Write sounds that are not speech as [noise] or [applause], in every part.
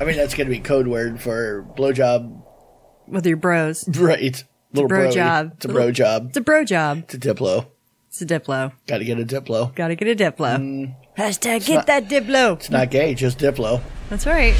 I mean, that's going to be code word for [laughs] blowjob. with your bros. Right. Little bro brody. job. It's a bro job. It's a bro job. It's a Diplo. It's a Diplo. Got to get a Diplo. Gotta get a Diplo. Hashtag get that Diplo. It's not gay, just Diplo. That's right.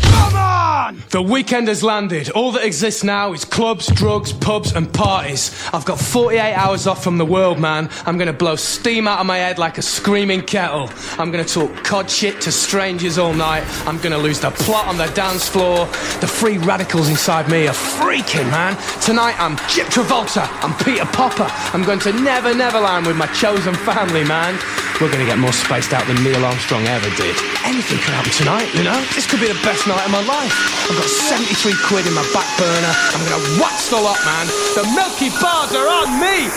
The weekend has landed. All that exists now is clubs, drugs, pubs, and parties. I've got 48 hours off from the world, man. I'm gonna blow steam out of my head like a screaming kettle. I'm gonna talk cod shit to strangers all night. I'm gonna lose the plot on the dance floor. The free radicals inside me are freaking, man. Tonight I'm Chip Travolta. I'm Peter Popper. I'm going to Never Neverland with my chosen family, man. We're gonna get more spaced out than Neil Armstrong ever did. Anything could happen tonight, you know? This could be the best night of my life. I've got 73 quid in my back burner. I'm gonna watch the lot, man. The Milky Bars are on me!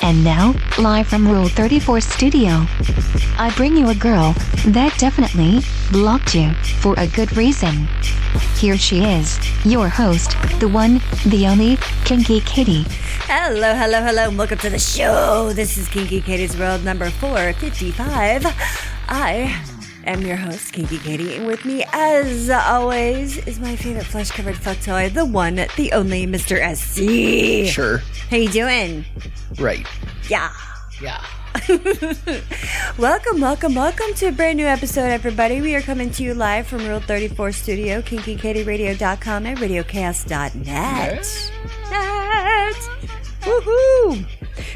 And now, live from Rule 34 Studio, I bring you a girl that definitely blocked you for a good reason. Here she is, your host, the one, the only, Kinky Kitty. Hello, hello, hello, and welcome to the show. This is Kinky Katie's World number 455. I am your host, Kinky Katie, and with me, as always, is my favorite flesh covered fucktoy, the one, the only Mr. SC. Sure. How you doing? Right. Yeah. Yeah. Welcome, welcome, welcome to a brand new episode, everybody. We are coming to you live from Rule 34 Studio, kinkykatieradio.com, and radiochaos.net. Net. Woohoo!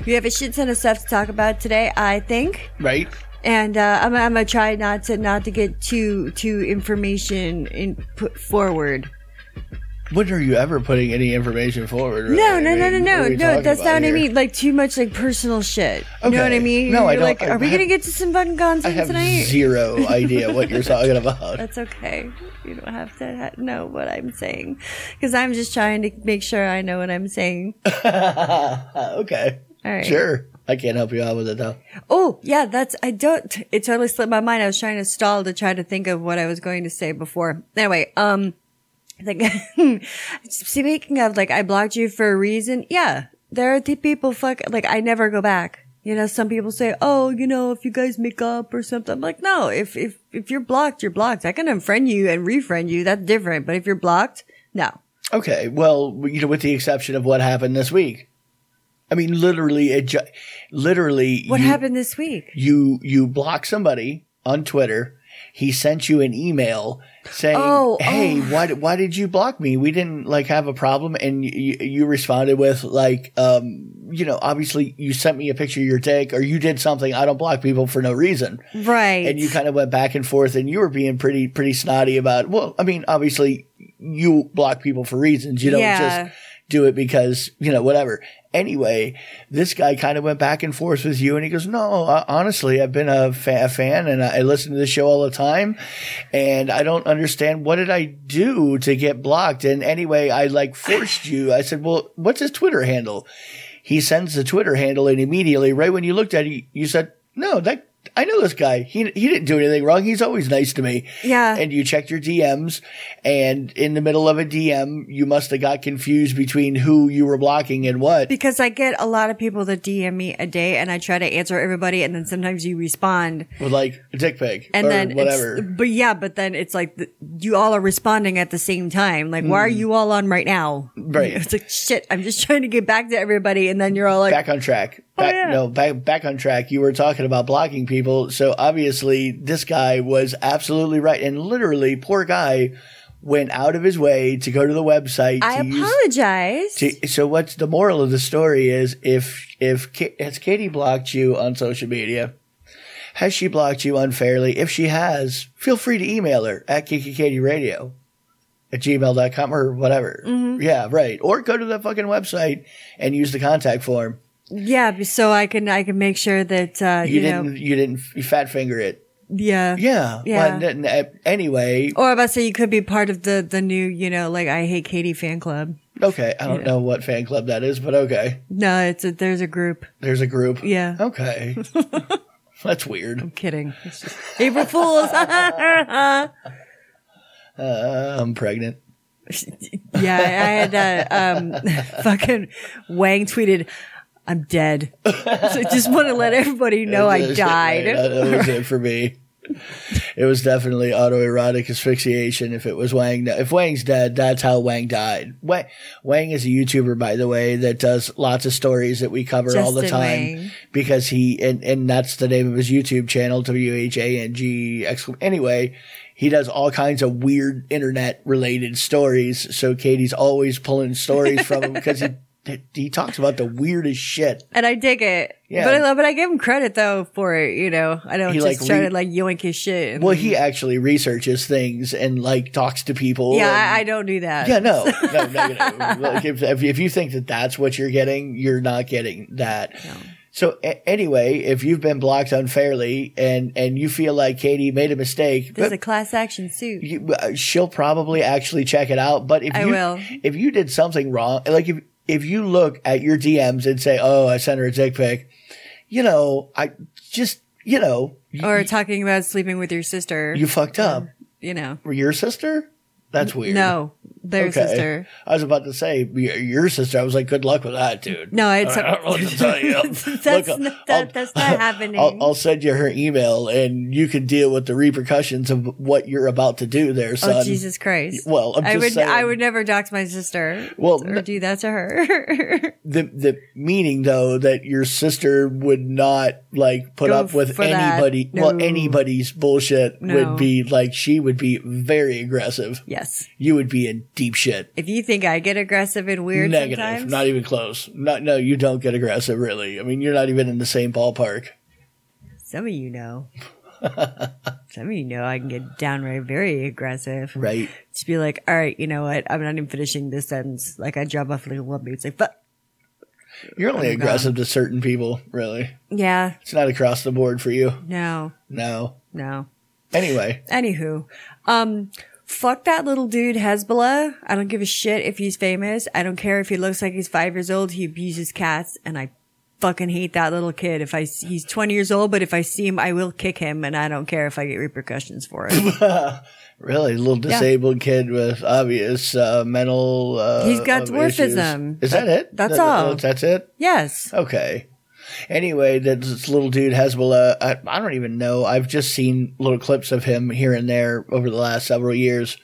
We have a shit ton of stuff to talk about today, I think. Right. And uh, I'm, I'm gonna try not to not to get too too information in, put forward. When are you ever putting any information forward? really? No, I no, no, no, mean, what no, are we no. talking That's not about what I here? mean. Like too much like personal shit. You know what I Okay. mean? No, I You're don't- Like, I are we have- gonna get to some fun I content have tonight? zero [laughs] idea what you're talking [laughs] about. That's okay. You don't have to ha- know what I'm saying because I'm just trying to make sure I know what I'm saying. [laughs] okay. All right. Sure. I can't help you out with it though. Oh, yeah, that's, I don't, it totally slipped my mind. I was trying to stall to try to think of what I was going to say before. Anyway, um, like, [laughs] speaking of, like, I blocked you for a reason. Yeah, there are the people, fuck, like, I never go back. You know, some people say, oh, you know, if you guys make up or something. I'm like, no, if, if, if you're blocked, you're blocked. I can unfriend you and refriend you. That's different. But if you're blocked, no. Okay. Well, you know, with the exception of what happened this week. I mean, literally, it ju- literally. What you, happened this week? You you block somebody on Twitter. He sent you an email saying, Oh, "Hey, why did why did you block me? We didn't like have a problem." And you, you responded with like, um, you know, obviously you sent me a picture of your dick or you did something. I don't block people for no reason. Right. and you kind of went back and forth and you were being pretty pretty snotty about well i mean obviously you block people for reasons you don't Yeah. just do it because you know whatever anyway this guy kind of went back and forth with you and he goes no uh, honestly i've been a, fa- a fan and i I listen to the show all the time and i don't understand what did i do to get blocked and anyway i like forced you i said well what's his twitter handle he sends the Twitter handle, and immediately, right when you looked at it, you said, "No, that I know this guy. He he didn't do anything wrong. He's always nice to me." Yeah. And you checked your DMs, and in the middle of a DM, you must have got confused between who you were blocking and what. because I get a lot of people that DM me a day, and I try to answer everybody, and then sometimes you respond, With like a dick pic and or then It's, whatever. but yeah, but then it's like the, you all are responding at the same time. Like, why are you all on right now? Mm. Right. [laughs] It's like shit. I'm just trying to get back to everybody, and then you're all like, Back on track. Back, Oh, yeah. No, back back on track. You were talking about blocking people, so obviously this guy was absolutely right, and literally, poor guy went out of his way to go to the website I to use apologize. To- so what's the moral of the story is if if Ka- has Katie blocked you on social media? Has she blocked you unfairly? If she has, feel free to email her at kikikatieradio at gmail.com or whatever. Yeah, right. Or go to the fucking website and use the contact form. yeah, so I can I can make sure that uh, You, you, didn't know, you didn't you fat finger it. yeah, Yeah. Yeah. Well, n- n- anyway, Or I'm about to say you could be part of the the new, you know, like I hate Katie fan club. okay. I don't know what fan club that is, but okay. No, it's a, there's a group. There's a group. Yeah. Okay. That's weird. Kidding. It's just- April Fools. [laughs] Uh, I'm pregnant. Yeah, I I had that um, [laughs] fucking Wang tweeted, "I'm dead." So I just want to let everybody know [laughs] I That's it, died. right. That was it for me. It was definitely autoerotic asphyxiation. If it was Wang, if Wang's dead, that's how Wang died. Wang, Wang is a YouTuber, by the way, that does lots of stories that we cover all the Justin time Wang. because he and and that's the name of his YouTube channel, W H A N G. exclam- Anyway, he does all kinds of weird internet related stories. So Katie's always pulling stories from [laughs] him because he he talks about the weirdest shit. and I dig it. Yeah. But I love, but I give him credit though for it. You know, I don't He, just like, try re- to like yoink his shit. and- Well, he actually researches things and like talks to people. yeah, and- I, I don't do [laughs] that. Yeah, no, no, no. no. [laughs] Like, if, if, if you think that that's what you're getting, you're not getting that. So a- anyway, if you've been blocked unfairly and and you feel like Katie made a mistake, There's but a class action suit. you, uh, she'll probably actually check it out. But if I you will. if you did something wrong, like if if you look at your DMs and say, "Oh, I sent her a dick pic," you know, I just you know you, or talking about sleeping with your sister. you fucked up. you know. Your sister? That's weird. No, their Okay. sister. I was about to say your your sister. I was like, good luck with that, dude. No, it's I don't know what to tell you. [laughs] that's Look, not, I'll- that, that's not happening. I'll, I'll send you her email, and you can deal with the repercussions of what you're about to do, there, son. oh Jesus Christ! Well, I'm I just would saying. I would never dox my sister. Well, or no- do that to her. [laughs] The the meaning though that your sister would not like put Go up with for that. anybody. Well, No. anybody's bullshit No. would be like she would be very aggressive. yes. You would be in deep shit. If you think I get aggressive and weird Negative. sometimes, Not even close. Not no. You don't get aggressive, really. I mean, you're not even in the same ballpark. some of you know. [laughs] some of you know I can get downright very aggressive. Right. Just be like, all right, you know what? I'm not even finishing this sentence. Like I drop off like a lump. It's like, but You're only um, aggressive to certain people, really. yeah, It's not across the board for you. no, No. no. Anyway, Anywho, um, fuck that little dude Hezbollah. I don't give a shit if he's famous. I don't care if he looks like he's five years old. He abuses cats, and I fucking hate that little kid. If I s- he's twenty years old, but if I see him, I will kick him, and I don't care if I get repercussions for [laughs] it. really, little disabled kid with obvious uh, mental. Uh, He's got of dwarfism. issues. Is that it? That's That- all. That's it. yes, Okay. Anyway, that this little dude Hezbollah. I, I don't even know. I've just seen little clips of him here and there over the last several years.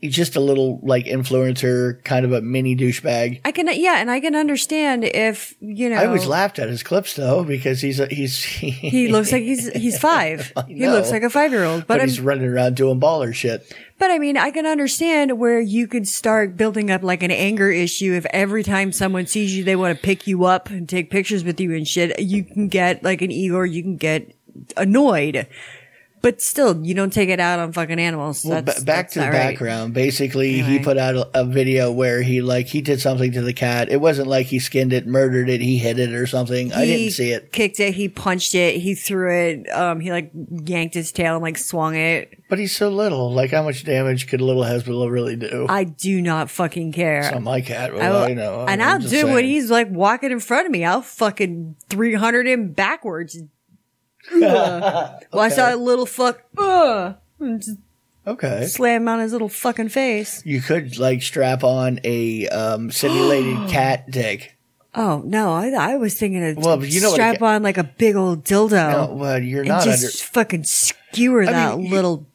He's just a little like influencer, kind of a mini douchebag. I can. Yeah, and I can understand if you know. I always laughed at his clips though because he's a, he's [laughs] He looks like he's he's five. He know. looks like a five year old. But, but I'm- he's running around doing baller shit. But I mean, I can understand where you could start building up like an anger issue if every time someone sees you, they want to pick you up and take pictures with you and shit. You can get like an ego, or you can get annoyed. But still, you don't take it out on fucking animals. Well, That's, ba- back that's to the not right. background. Basically, he Anyway. put out a, a video where he like he did something to the cat. It wasn't like he skinned it, murdered it, he hit it or something. I He didn't see it, Kicked it. He punched it. He threw it. Um, he like yanked his tail and like swung it. but he's so little. Like, how much damage could a little Hezbollah really do? I do not fucking care. Not my cat, well, I I, will- know, and I'm I'll do just when saying. he's like walking in front of me. I'll fucking 300 him backwards. Ugh. [laughs] Well, I saw a little fuck ugh, and just Okay, slam on his little fucking face. you could like strap on a um, [gasps] simulated cat dick. Oh, no. I, I was thinking of Well, you know what a strap ca- on like a big old dildo No, Oh, well, you're Oh. and not just under. fucking skewer that mean, you- little.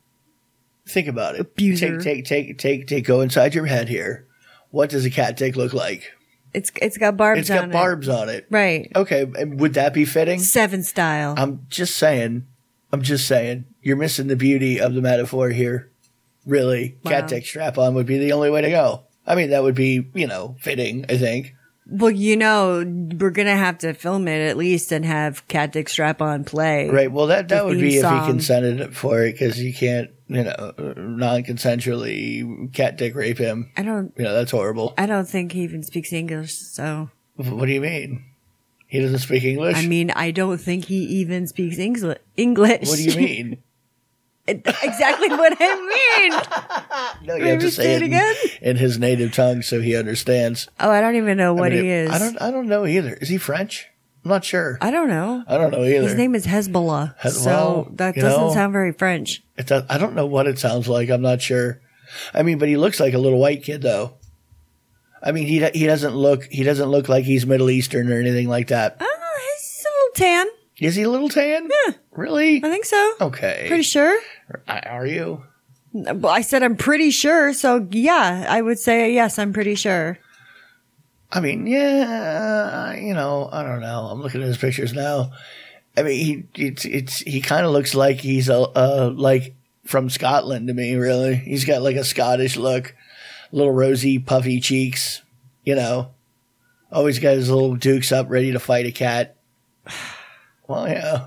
Think about it. Abuser. Take, take, take, take, take. Go inside your head here. What does a cat dick look like? It's It's got barbs It's on got it. barbs on it. Right. Okay, and would that be fitting? Seven style. I'm just saying. I'm just saying. You're missing the beauty of the metaphor here. Really, cat dick strap on would be the only way to go. I mean, that would be you know fitting. I think. well, you know, we're going to have to film it at least and have Cat Dick strap on play. Right. Well, that that The would theme be if song. he consented for it because you can't you know non-consensually cat dick rape him. I don't. You know that's horrible. I don't think he even speaks English, so What do you mean? He doesn't speak English. I mean, I don't think he even speaks Engli- English. what do [laughs] you mean? exactly what I mean. No, you Maybe have to say say it it in- again? in his native tongue so he understands. Oh, I don't even know what I mean, he it- is. I don't. I don't know either. Is he French? I'm not sure. I don't know. I don't know either. His name is Hezbollah, Hez- so well, that you doesn't know. sound very French. It does, I don't know what it sounds like. I'm not sure. I mean, but he looks like a little white kid, though. I mean, Uh, he do- he doesn't look he doesn't look like he's Middle Eastern or anything like that. Oh, he's a little tan. Is he a little tan? Yeah. Really? I think so. Okay. Uh, Pretty sure. I- Are you? Well, I said I'm pretty sure. So yeah, I would say yes. I'm pretty sure. I mean, yeah, you know, I don't know. I'm looking at his pictures now. I mean, he it's it's he kind of looks like he's a uh, like from Scotland to me. Really, he's got like a Scottish look, little rosy, puffy cheeks. You know, always got his little dukes up, ready to fight a cat. [sighs] Well, yeah,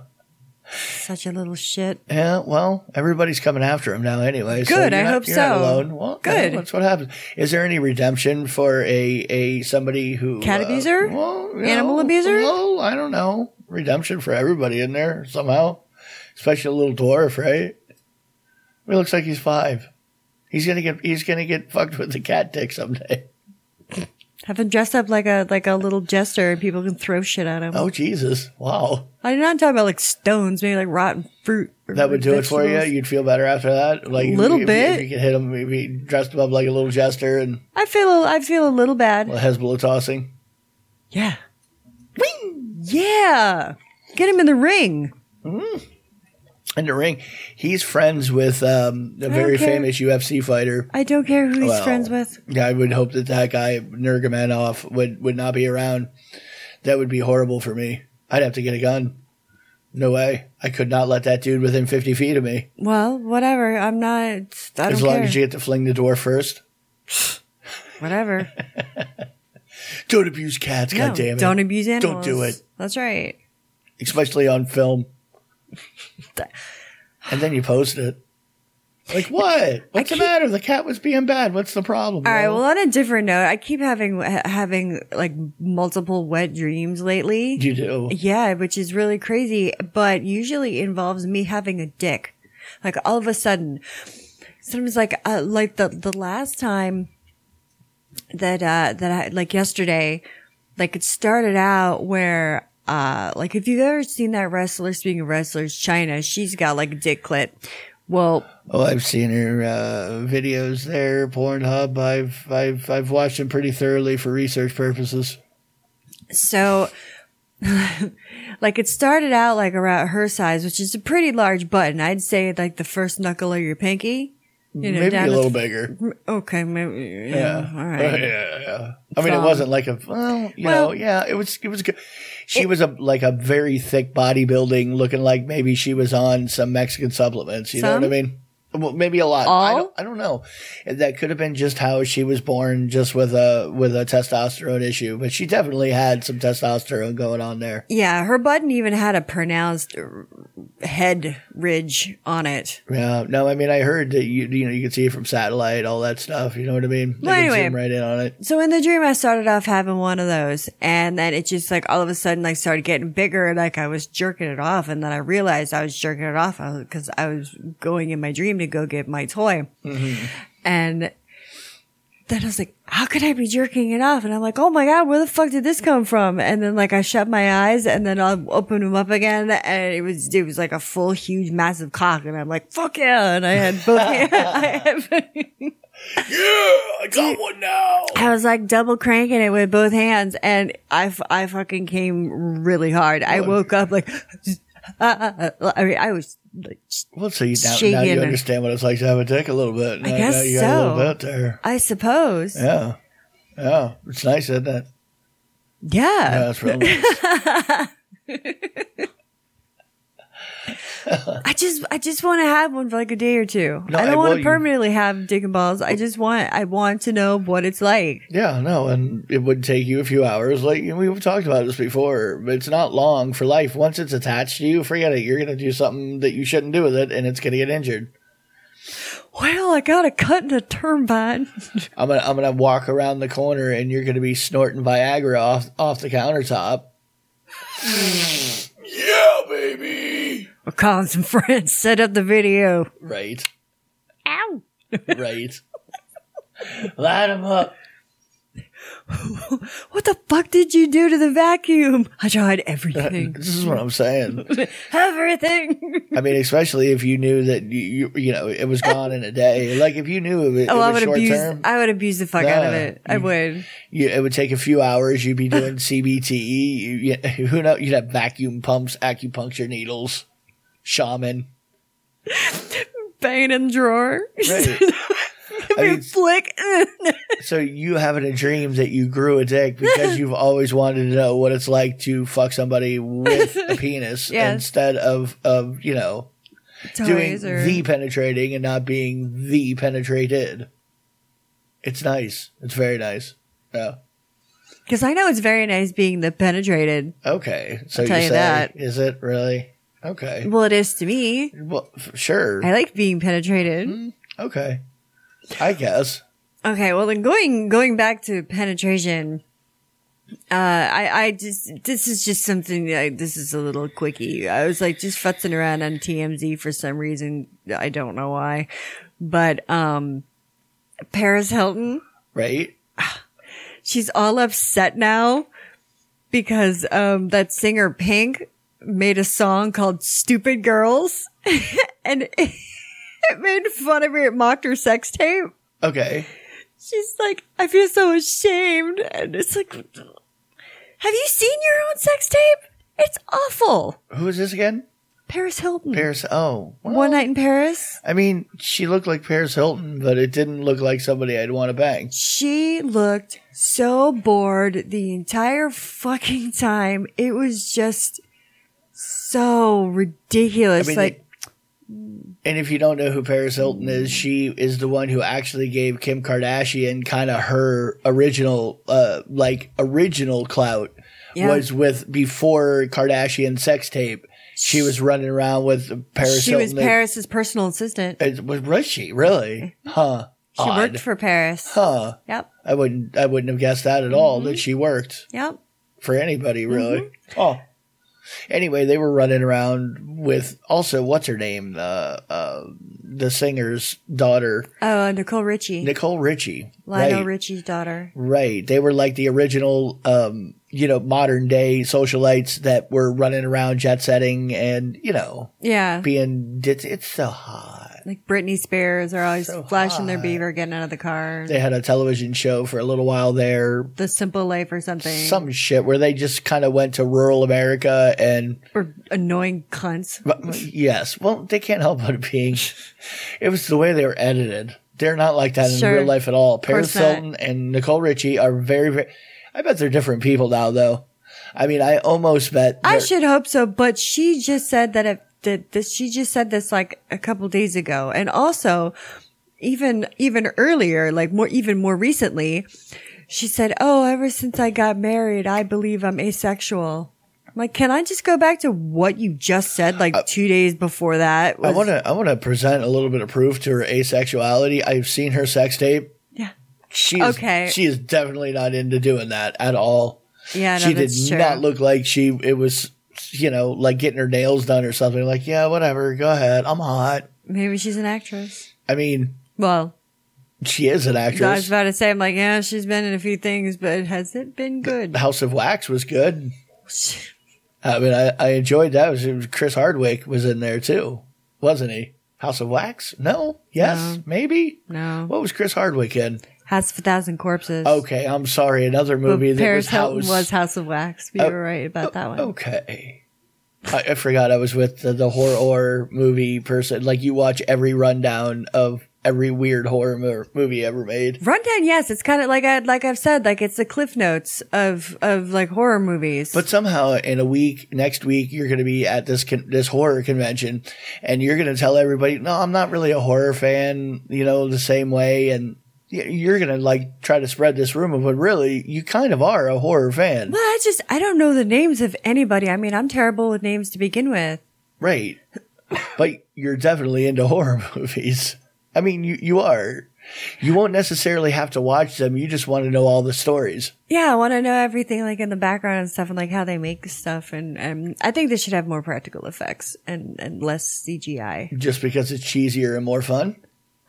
Such a little shit. yeah. Well, everybody's coming after him now, anyway. so Good, you're I not- hope you're not so. alone. Well, yeah, Good. that's what happens. Is there any redemption for a a somebody who Cat uh, abuser? well, you Animal know, abuser? Well, I don't know. Redemption for everybody in there somehow, especially a little dwarf, right? He looks like he's five. He's gonna get he's gonna get fucked with the cat dick someday. [laughs] Have him dressed up like a like a little jester, and people can throw shit at him. Oh Jesus! Wow, I'm not talking about like stones, maybe like rotten fruit. or that would do it for you. vegetables. You'd feel better after that. Like if you- Little if you- If bit. you could hit him, maybe dressed him up like a little jester and I feel I feel a little bad. Hezbollah tossing. Yeah. Yeah. Get him in the ring. in the ring. He's friends with um, a very care. famous UFC fighter. I don't care who he's Well, friends with. Yeah, I would hope that that guy Nurgamanoff would would not be around. That would be horrible for me. I'd have to get a gun. No way. I could not let that dude within fifty feet of me. Well, whatever. I'm not. I don't As long care. as you get to fling the door first. whatever. Don't abuse cats, [laughs] No, God goddammit. don't abuse Don't animals. do it. That's right. Especially on film. and then you post it. Like what? What's the keep- matter? The cat was being bad. What's the problem? All right. Noel? Well, on a different note, I keep having ha- having like multiple wet dreams lately. you do. Yeah, which is really crazy, but usually involves me having a dick. Like all of a sudden, sometimes like uh, like the the last time that uh that I like yesterday, like it started out where uh like if you've ever seen that wrestler speaking of wrestlers, China, she's got like a dick clit. Well, Oh, I've seen her uh, videos there, Pornhub. I've I've I've watched them pretty thoroughly for research purposes. So, [laughs] like, it started out like around her size, which is a pretty large button. I'd say like the first knuckle of your pinky. You Maybe down a to- little bigger. Okay, maybe. Yeah. [laughs] All right. Yeah, yeah. I mean, it Um, wasn't like a well, you know, well- yeah. It was it was good. She was a like a very thick bodybuilding, looking like maybe she was on some Mexican supplements. You know Some? what I mean? Well, maybe a lot. I All? don't, I don't know. That could have been just how she was born, just with a with a testosterone issue. But she definitely had some testosterone going on there. Yeah, her button even had a pronounced r- head ridge on it. Yeah, no, I mean, I heard that you you know you can see it from satellite, all that stuff. You know what I mean? They Well, can anyway. zoom right in on it. So in the dream, I started off having one of those, and then it just like all of a sudden, like started getting bigger. Like I was jerking it off, and then I realized I was jerking it off because I was going in my dream to go get my toy, and then I was like, "How could I be jerking it off?" And I'm like, "Oh my god, where the fuck did this come from?" And then like I shut my eyes, and then I'll open them up again, and it was it was like a full, huge, massive cock, and I'm like, "Fuck yeah!" And I had both. [laughs] hands. I had, Yeah, I got one now. I was like double cranking it with both hands, and I, f- I fucking came really hard. I woke up like, [laughs] I mean, I was like, sh- Well, so you now, now Shaking you and- understand what it's like to have a dick a little bit. Now, guess now you got a little so. bit there. I suppose, yeah, Yeah, yeah, it's nice, isn't it? Yeah, that's real [laughs] nice. I just, I just want to have one for like a day or two. No, I I- don't want well, to you- permanently have dick and balls. I just want, I want to know what it's like. Yeah, no, and it would take you a few hours. Like you know, we've talked about this before, but it's not long for life. Once it's attached to you, forget it. You're gonna do something that you shouldn't do with it, and it's gonna get injured. Well, I got a cut in a turbine. [laughs] I'm gonna I'm gonna walk around the corner and you're gonna be snorting Viagra off off the countertop. [laughs] yeah, baby. We're calling some friends. Set up the video. Right, Ow! [laughs] right. Light 'em up. what the fuck did you do to the vacuum? I tried [laughs] everything. This is what I'm saying. everything. I mean, especially if you knew that you, you, you know it was gone in a day. Like if you knew it, was- it Oh, I was would short abuse. term, I would abuse the fuck out of No, it. I you- would. you, it would take a few hours. You'd be [laughs] doing CBT. E. You, you- who knows? You'd have vacuum pumps, acupuncture needles, shaman. [laughs] Bang it in the drawer. [laughs] Right. I mean, Flick. so you having a dream that you grew a dick [laughs] because you've always wanted to know what it's like to fuck somebody [laughs] with a penis Yes. instead of of you know doing Toys or the penetrating and not being the penetrated. It's nice. It's very nice. Oh, Yeah. because I know it's very nice being the penetrated. Okay. So tell you you say, that. is it really? Okay. Well, it is to me. Well, f- sure. I like being penetrated. Mm-hmm. Okay. I guess. Okay, well then going going back to penetration, uh, I I just this is just something I, this is a little quickie. I was like just futzing around on TMZ for some reason. I don't know why, but um, Paris Hilton, Right? she's all upset now because um that singer Pink made a song called "Stupid Girls," [laughs] and it, it made fun of her. It mocked her sex tape. Okay. She's like, I feel so ashamed. And it's like, have you seen your own sex tape? It's awful. Who is this again? Paris Hilton. Paris. Oh. well, One night in Paris. I mean, she looked like Paris Hilton, but it didn't look like somebody I'd want to bang. She looked so bored the entire fucking time. It was just so ridiculous. I mean, like, And if you don't know who Paris Hilton is, she is the one who actually gave Kim Kardashian kind of her original, uh, like original clout Yeah. was with before Kardashian sex tape. She was running around with Paris she Hilton. was Paris's personal assistant. It, was, was she really? Huh. Mm-hmm. She Odd. worked for Paris. Huh. Yep. I wouldn't. I wouldn't have guessed that at all. Mm-hmm. That she worked Yep. for anybody really. Oh. Anyway, they were running around with also what's her name, the uh, the singer's daughter, Oh, uh, Nicole Richie. Nicole Richie. Lionel right, Richie's daughter. right. They were like the original, um, you know, modern day socialites that were running around jet setting and you know Yeah. being. It's, it's so hot. Like Britney Spears are always So flashing their hot. beaver, getting out of the car. They had a television show for a little while there. the Simple Life or something. some shit where they just kind of went to rural America and or annoying cunts. but- yes, well, they can't help but being. It was the way they were edited. They're not like that in Sure. real life at all. Paris course not. Hilton and Nicole Richie are very, very. I bet they're different people now, though. I mean, I almost bet. I they're- should hope so, but she just said that if that this, she just said this like a couple days ago, and also even even earlier, like more even more recently, she said, "Oh, ever since I got married, I believe I'm asexual." I'm like, can I just go back to what you just said, like two days before that? Uh, I was- want to. I want to present a little bit of proof to her asexuality. I've seen her sex tape. Yeah. She is, Okay. She is definitely not into doing that at all. Yeah, no, she did that's true. not look like she it was you know like getting her nails done or something like yeah whatever go ahead i'm hot Maybe she's an actress. i mean Well, she is an I was actress about to say, I'm like, yeah, she's been in a few things, but has it been [laughs] good? house of wax was good i mean i, I enjoyed that It was, it was chris hardwick was in there too wasn't he house of wax no yes No. maybe No. what was chris hardwick in House of a Thousand Corpses. okay i'm sorry another But movie that Paris was Hilton house Oh, was House of Wax. We were right about that one. Okay. I, I forgot I was with the, the horror movie person. Like you watch every rundown of every weird horror mo- movie ever made. Rundown, yes, it's kind of like I like I've said, like it's the cliff notes of of like horror movies. But somehow in a week, next week, you're going to be at this con- this horror convention, and you're going to tell everybody, "No, I'm not really a horror fan," you know, the same way, and y- you're going to like try to spread this rumor, but really, you kind of are a horror fan, well, I just I don't know the names of anybody. I mean, I'm terrible with names to begin with. right? But you're definitely into horror [laughs] movies. I mean, you you are. You won't necessarily have to watch them. You just want to know all the stories. Yeah, I want to know everything like in the background and stuff, and like how they make stuff, and and I think they should have more practical effects and and less CGI. Just because it's cheesier and more fun.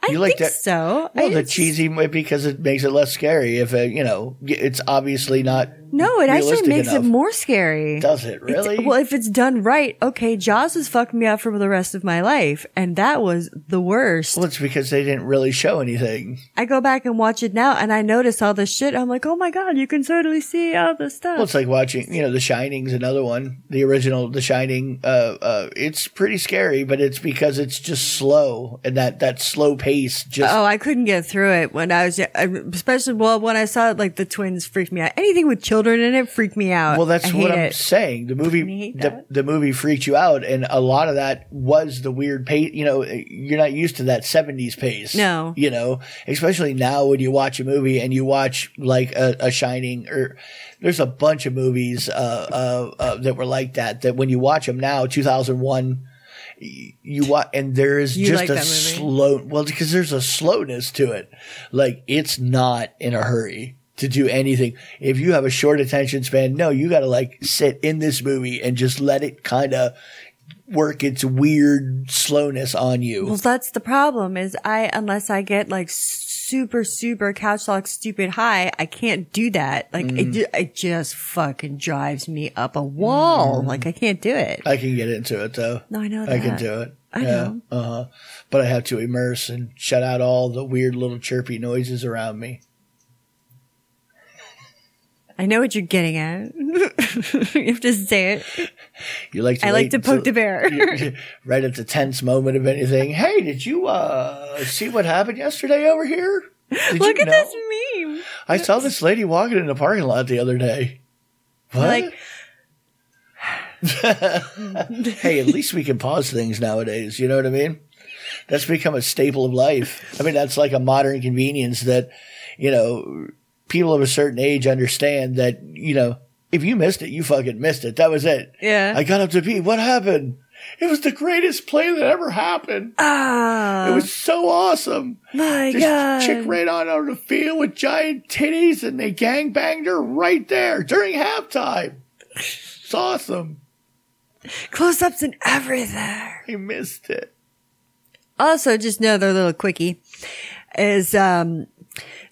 I You like think that- so. Well, I the just- cheesy m- because it makes it less scary. If it, you know, y- it's obviously not. No, it actually realistic makes enough. it more scary. Does it It's- really? well, if it's done right, okay, Jaws has fucked me up for the rest of my life, and that was the worst. Well, it's because they didn't really show anything. I go back and watch it now, and I notice all this shit. I'm like, oh my god, you can totally see all the stuff. Well, it's like watching, you know, The Shining's another one. The original The Shining, uh, uh, it's pretty scary, but it's because it's just slow and that, that slow pace just. Oh, I couldn't get through it when I was, I- especially well when I saw it. Like the twins freaked me out. Anything with children in it freaked me out. Well, that's I what I'm hate it. saying. The movie, hate the, that. the movie freaked you out, and a lot of that was the weird pace. You know, you're not used to that '70s pace. No. you know, especially now when you watch a movie and you watch like a, a Shining or there's a bunch of movies uh, uh, uh, that were like that. That when you watch them now, 2001. y- You watch, and there is You just like a that movie? slow. Well, because there's a slowness to it. Like it's not in a hurry to do anything. If you have a short attention span, no, you got to like sit in this movie and just let it kind of work its weird slowness on you. Well, that's the problem. Is I unless I get like super super couch lock stupid high, I can't do that. Like Mm. it, ju- it just fucking drives me up a wall. Like I can't do it. I can get into it though. No, I know Mm. I can that. do it. I yeah. know. Uh-huh. But I have to immerse and shut out all the weird little chirpy noises around me. I know what you're getting at. [laughs] you have to say it. You like to I like wait to poke the until- bear. right at the tense moment of anything. Hey, did you uh see what happened yesterday over here? Did [laughs] Look you at know? this meme. I saw this lady walking in the parking lot the other day. What? Like hey, at least we can pause things nowadays. You know what I mean? That's become a staple of life. I mean, that's like a modern convenience that, you know, people of a certain age understand that, you know, if you missed it, you fucking missed it. That was it. Yeah. I got up to pee. What happened? It was the greatest play that ever happened. ah, It was so awesome. my This god. chick ran out on the field with giant titties and they gang banged her right there during halftime. It's awesome. Close ups and everything. I missed it. Also, just another little quickie is um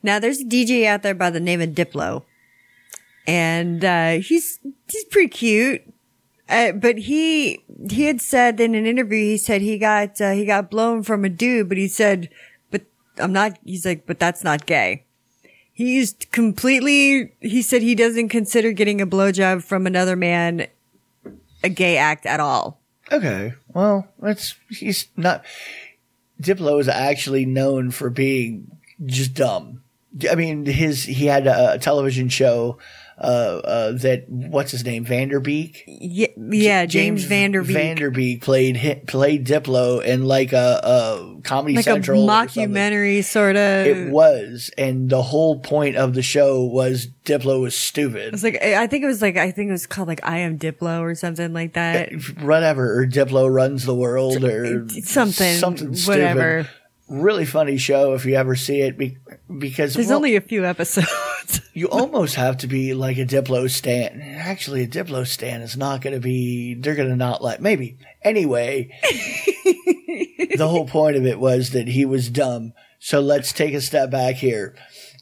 now there's a DJ out there by the name of Diplo, and uh, he's he's pretty cute. Uh, but he he had said in an interview he said he got uh, he got blown from a dude, but he said, "But I'm not." He's like, "But that's not gay." He used completely. He said he doesn't consider getting a blowjob from another man a gay act at all. Okay. Well, that's he's not. Diplo is actually known for being just dumb. I mean, his he had a, a television show uh, uh, that what's his name Vanderbeek. Yeah, yeah James, Vanderbeek. Vanderbeek played hi- played Diplo in like a, a Comedy like Central a or something. mockumentary sort of. It was, and the whole point of the show was Diplo was stupid, it's like I I think it was like I think it was called like I am Diplo or something like that. whatever, or Diplo runs the world, or something, something, stupid. whatever. Really funny show if you ever see it, be- because There's well, only a few episodes. [laughs] you almost have to be like a Diplo stan. Actually, a Diplo stan is not going to be. They're going to not let. Maybe anyway. the whole point of it was that he was dumb. So let's take a step back here.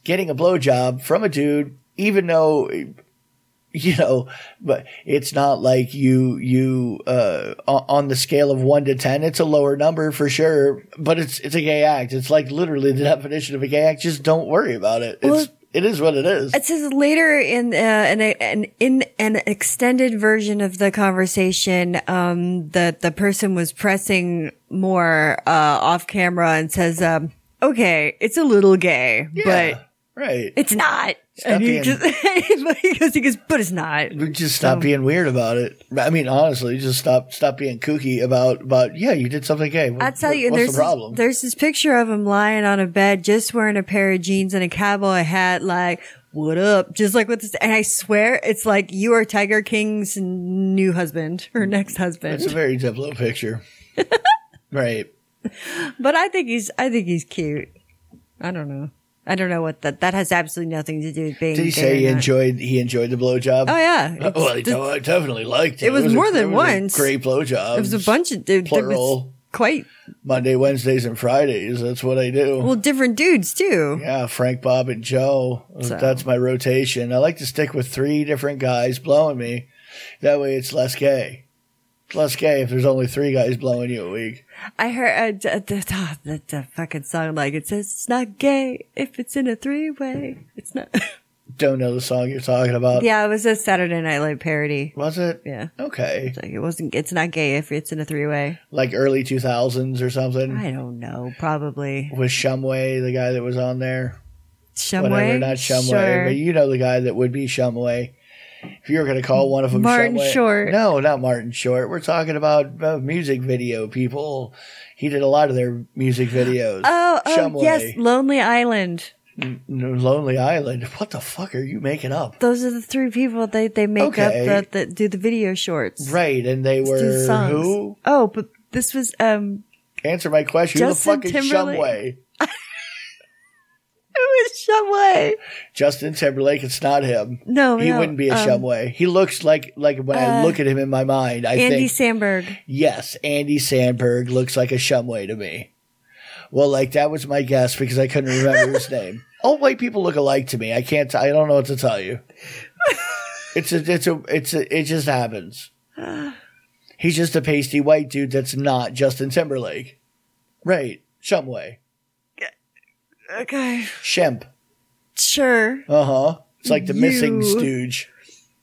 Getting a blowjob from a dude, even though [laughs] you know, but it's not like you you uh o- on the scale of one to ten, it's a lower number for sure. But it's it's a gay act. It's like literally the [laughs] definition of a gay act. Just don't worry about it. It's Well- it is what it is. It says later in uh, an, an in an extended version of the conversation, um, that the person was pressing more uh, off camera and says, um, "Okay, it's a little gay, Yeah, but." right. It's not. and he being- just, [laughs] he goes, he goes, but it's not. just stop being weird about it. I mean, honestly, just stop stop being kooky about about. Yeah, you did something gay. I What- tell you, and what's there's the problem? This, there's this picture of him lying on a bed, just wearing a pair of jeans and a cowboy hat, like "What up?" Just like with this, and I swear it's like you are Tiger King's new husband [laughs] or next it's a husband. very Diplo [laughs] picture, right? But I think he's, I think he's cute. I don't know. I don't know what that. That has absolutely nothing to do with being. Did he gay say or he not. enjoyed he enjoyed the blowjob? Oh yeah. Uh, well, I, It's- know, I definitely liked it. it was a- more than it was a once. great blowjob. It was a bunch of there- there was Plural. quite Monday, Wednesdays, and Fridays. That's what I do. well different dudes too. Yeah, Frank, Bob, and Joe. So- That's my rotation. I like to stick with three different guys blowing me. That way it's less gay. It's less gay if there's only three guys blowing you a week. I heard uh, d- d- oh, the, the fucking song like it says it's not gay if it's in a three way. It's not. [laughs] Don't know the song you're talking about. yeah, it was a Saturday Night Live parody. Was it? Yeah. Okay. Like it wasn't. It's not gay if it's in a three way. Like early 2000s or something. I don't know. Probably With Shumway, the guy that was on there. Whatever, Shumway. not Shumway. Sure. But you know the guy that would be Shumway. If you were going to call one of them Martin Shumway- Short. No, not Martin Short. We're talking about uh, music video people. He did a lot of their music videos. [gasps] Oh, oh Shumway. yes, Lonely Island. N- Lonely Island. What the fuck are you making up? Those are the three people they they make Okay. up that that do the video shorts. Right, and they Do the were songs. who? Oh, but this was um, [laughs] Answer my question. Who the Justin fuck is Timberlake. Shumway? it was Shumway. Justin Timberlake. It's not him. No, he no, wouldn't be a um, uh, Shumway. He looks like like when I look at him in my mind, I Andy think Samberg. Yes, Andy Sandberg looks like a Shumway to me. Well, like that was my guess because I couldn't remember [laughs] his name. All white people look alike to me. I can't. I don't know what to tell [laughs] you. It's a. It's a. It's a. It just [sighs] happens. He's just a pasty white dude that's not Justin Timberlake, right? Shumway, Uh, Okay, Shemp. sure. Uh huh. It's like the missing You. stooge.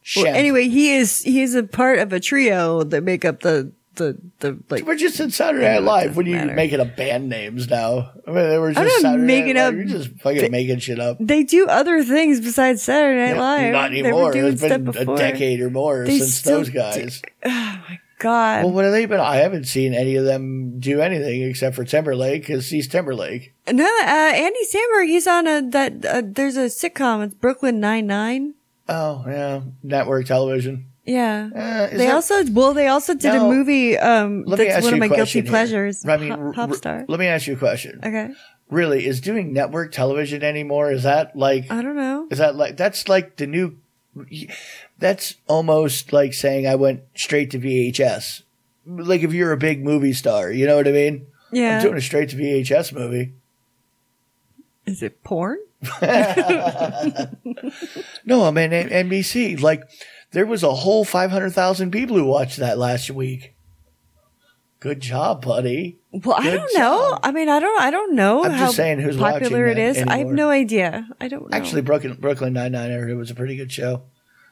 Shemp. Well, anyway, he is he is a part of a trio that make up the the the like. We're just in Saturday Night Live. What are you matter. making up band names now? I mean, we're just not Saturday making Night up Live. You're just fucking making shit up. They do other things besides Saturday Night Live. Not They were anymore. doing It's been stuff a before. decade or more They since still those guys. God, well, what have they been? I haven't seen any of them do anything except for Timberlake because he's Timberlake. no, uh, Andy Samberg. He's on a that uh, there's a sitcom. It's Brooklyn Nine Nine. Oh yeah, network television. Yeah. Uh, is they that- also well, they also did No. a movie. Um, Let me ask that's one you a of my question guilty here. pleasures. I mean, Pop- r- pop r- star. Let me ask you a question. Okay, Really, is doing network television anymore? Is that like? I don't know. Is that like that's like the new? That's almost like saying I went straight to VHS. Like if you're a big movie star, you know what I mean. Yeah, I'm doing a straight to VHS movie. [laughs] is it porn? No, I'm in N- NBC. Like there was a whole five hundred thousand people who watched that last week. Good job, buddy. Well, I Good don't know. job. I mean, I don't. I don't know I'm how just saying who's popular watching it that is. I have anymore. no idea. I don't know. Actually, Brooklyn Brooklyn Nine Nine I heard it was a pretty good show.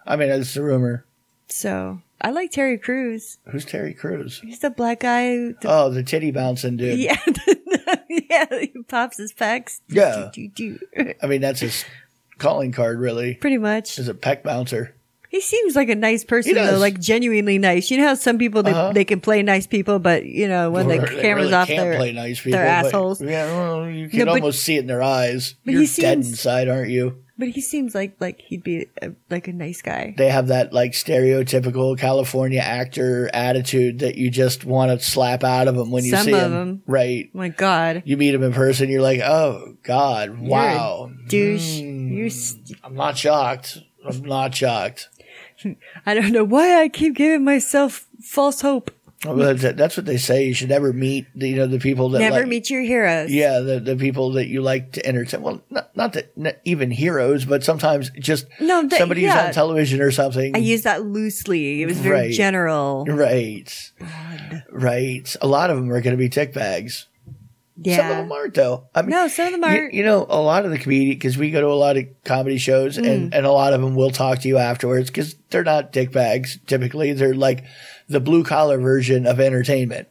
I mean, it's a rumor. so I like Terry Crews. Who's Terry Crews? He's the black guy. who- the- Oh, the titty bouncing dude. yeah, [laughs] yeah. He pops his pecs. Yeah. Do, do, do. [laughs] I mean, that's his calling card, really. pretty much. Is a peck bouncer. He seems like a nice person does. Uh-huh. though, like genuinely nice. You know how some people they, they can play nice people, but you know when the Or camera's they really off, can't they're play nice people, they're but- assholes. yeah, well, you can No, but- almost see it in their eyes. but You're he dead seems- inside, aren't you? But he seems like like he'd be a, like a nice guy. They have that like stereotypical California actor attitude that you just want to slap out of them when you Some see of them. them. Right. Oh my God, You meet them in person, you're like, oh god, You're a wow. douche. Hmm. You're. St- I'm not shocked. I'm not shocked. I don't know why I keep giving myself false hope. Well, That's that's what they say. You should never meet, the, you know, the people that Never like, meet your heroes. Yeah, the, the people that you like to entertain. Well, not, not that not even heroes, but sometimes just No, that- somebody who's yeah. on television or something. I use that loosely. It was very Right. general. right, right. A lot of them are going to be tick bags. Some of Yeah. them aren't though. I mean, No, some of them you- aren't. You, know, a lot of the comedy because we go to a lot of comedy shows, Mm. and and a lot of them will talk to you afterwards because they're not dick bags. Typically, they're like the blue collar version of entertainment.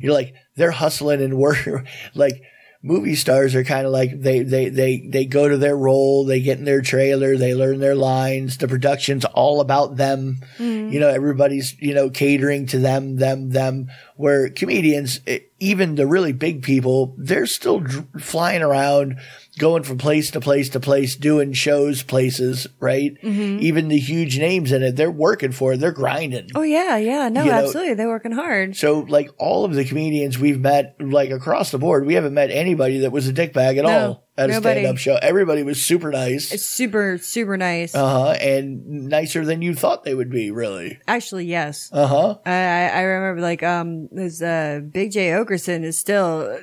You're like they're hustling and [laughs] work like. Movie stars are kind of like they, they, they, they go to their role, they get in their trailer, they learn their lines. The production's all about them. You know, everybody's, you know, catering to them, them, them. Where comedians, e- even the really big people, they're still dr- flying around, going from place to place to place, doing shows, places, right? Even the huge names in it, they're working for it, they're grinding. oh yeah, yeah. No, You know- absolutely. They're working hard. So, like all of the comedians we've met, like across the board, we haven't met anybody that was a dickbag at No. all. at a Nobody. stand up show. Everybody was super nice. It's super, super nice. Uh huh. And nicer than you thought they would be, really. Actually, yes. Uh huh. I I, I remember like, um, this, uh, Big J Okerson is still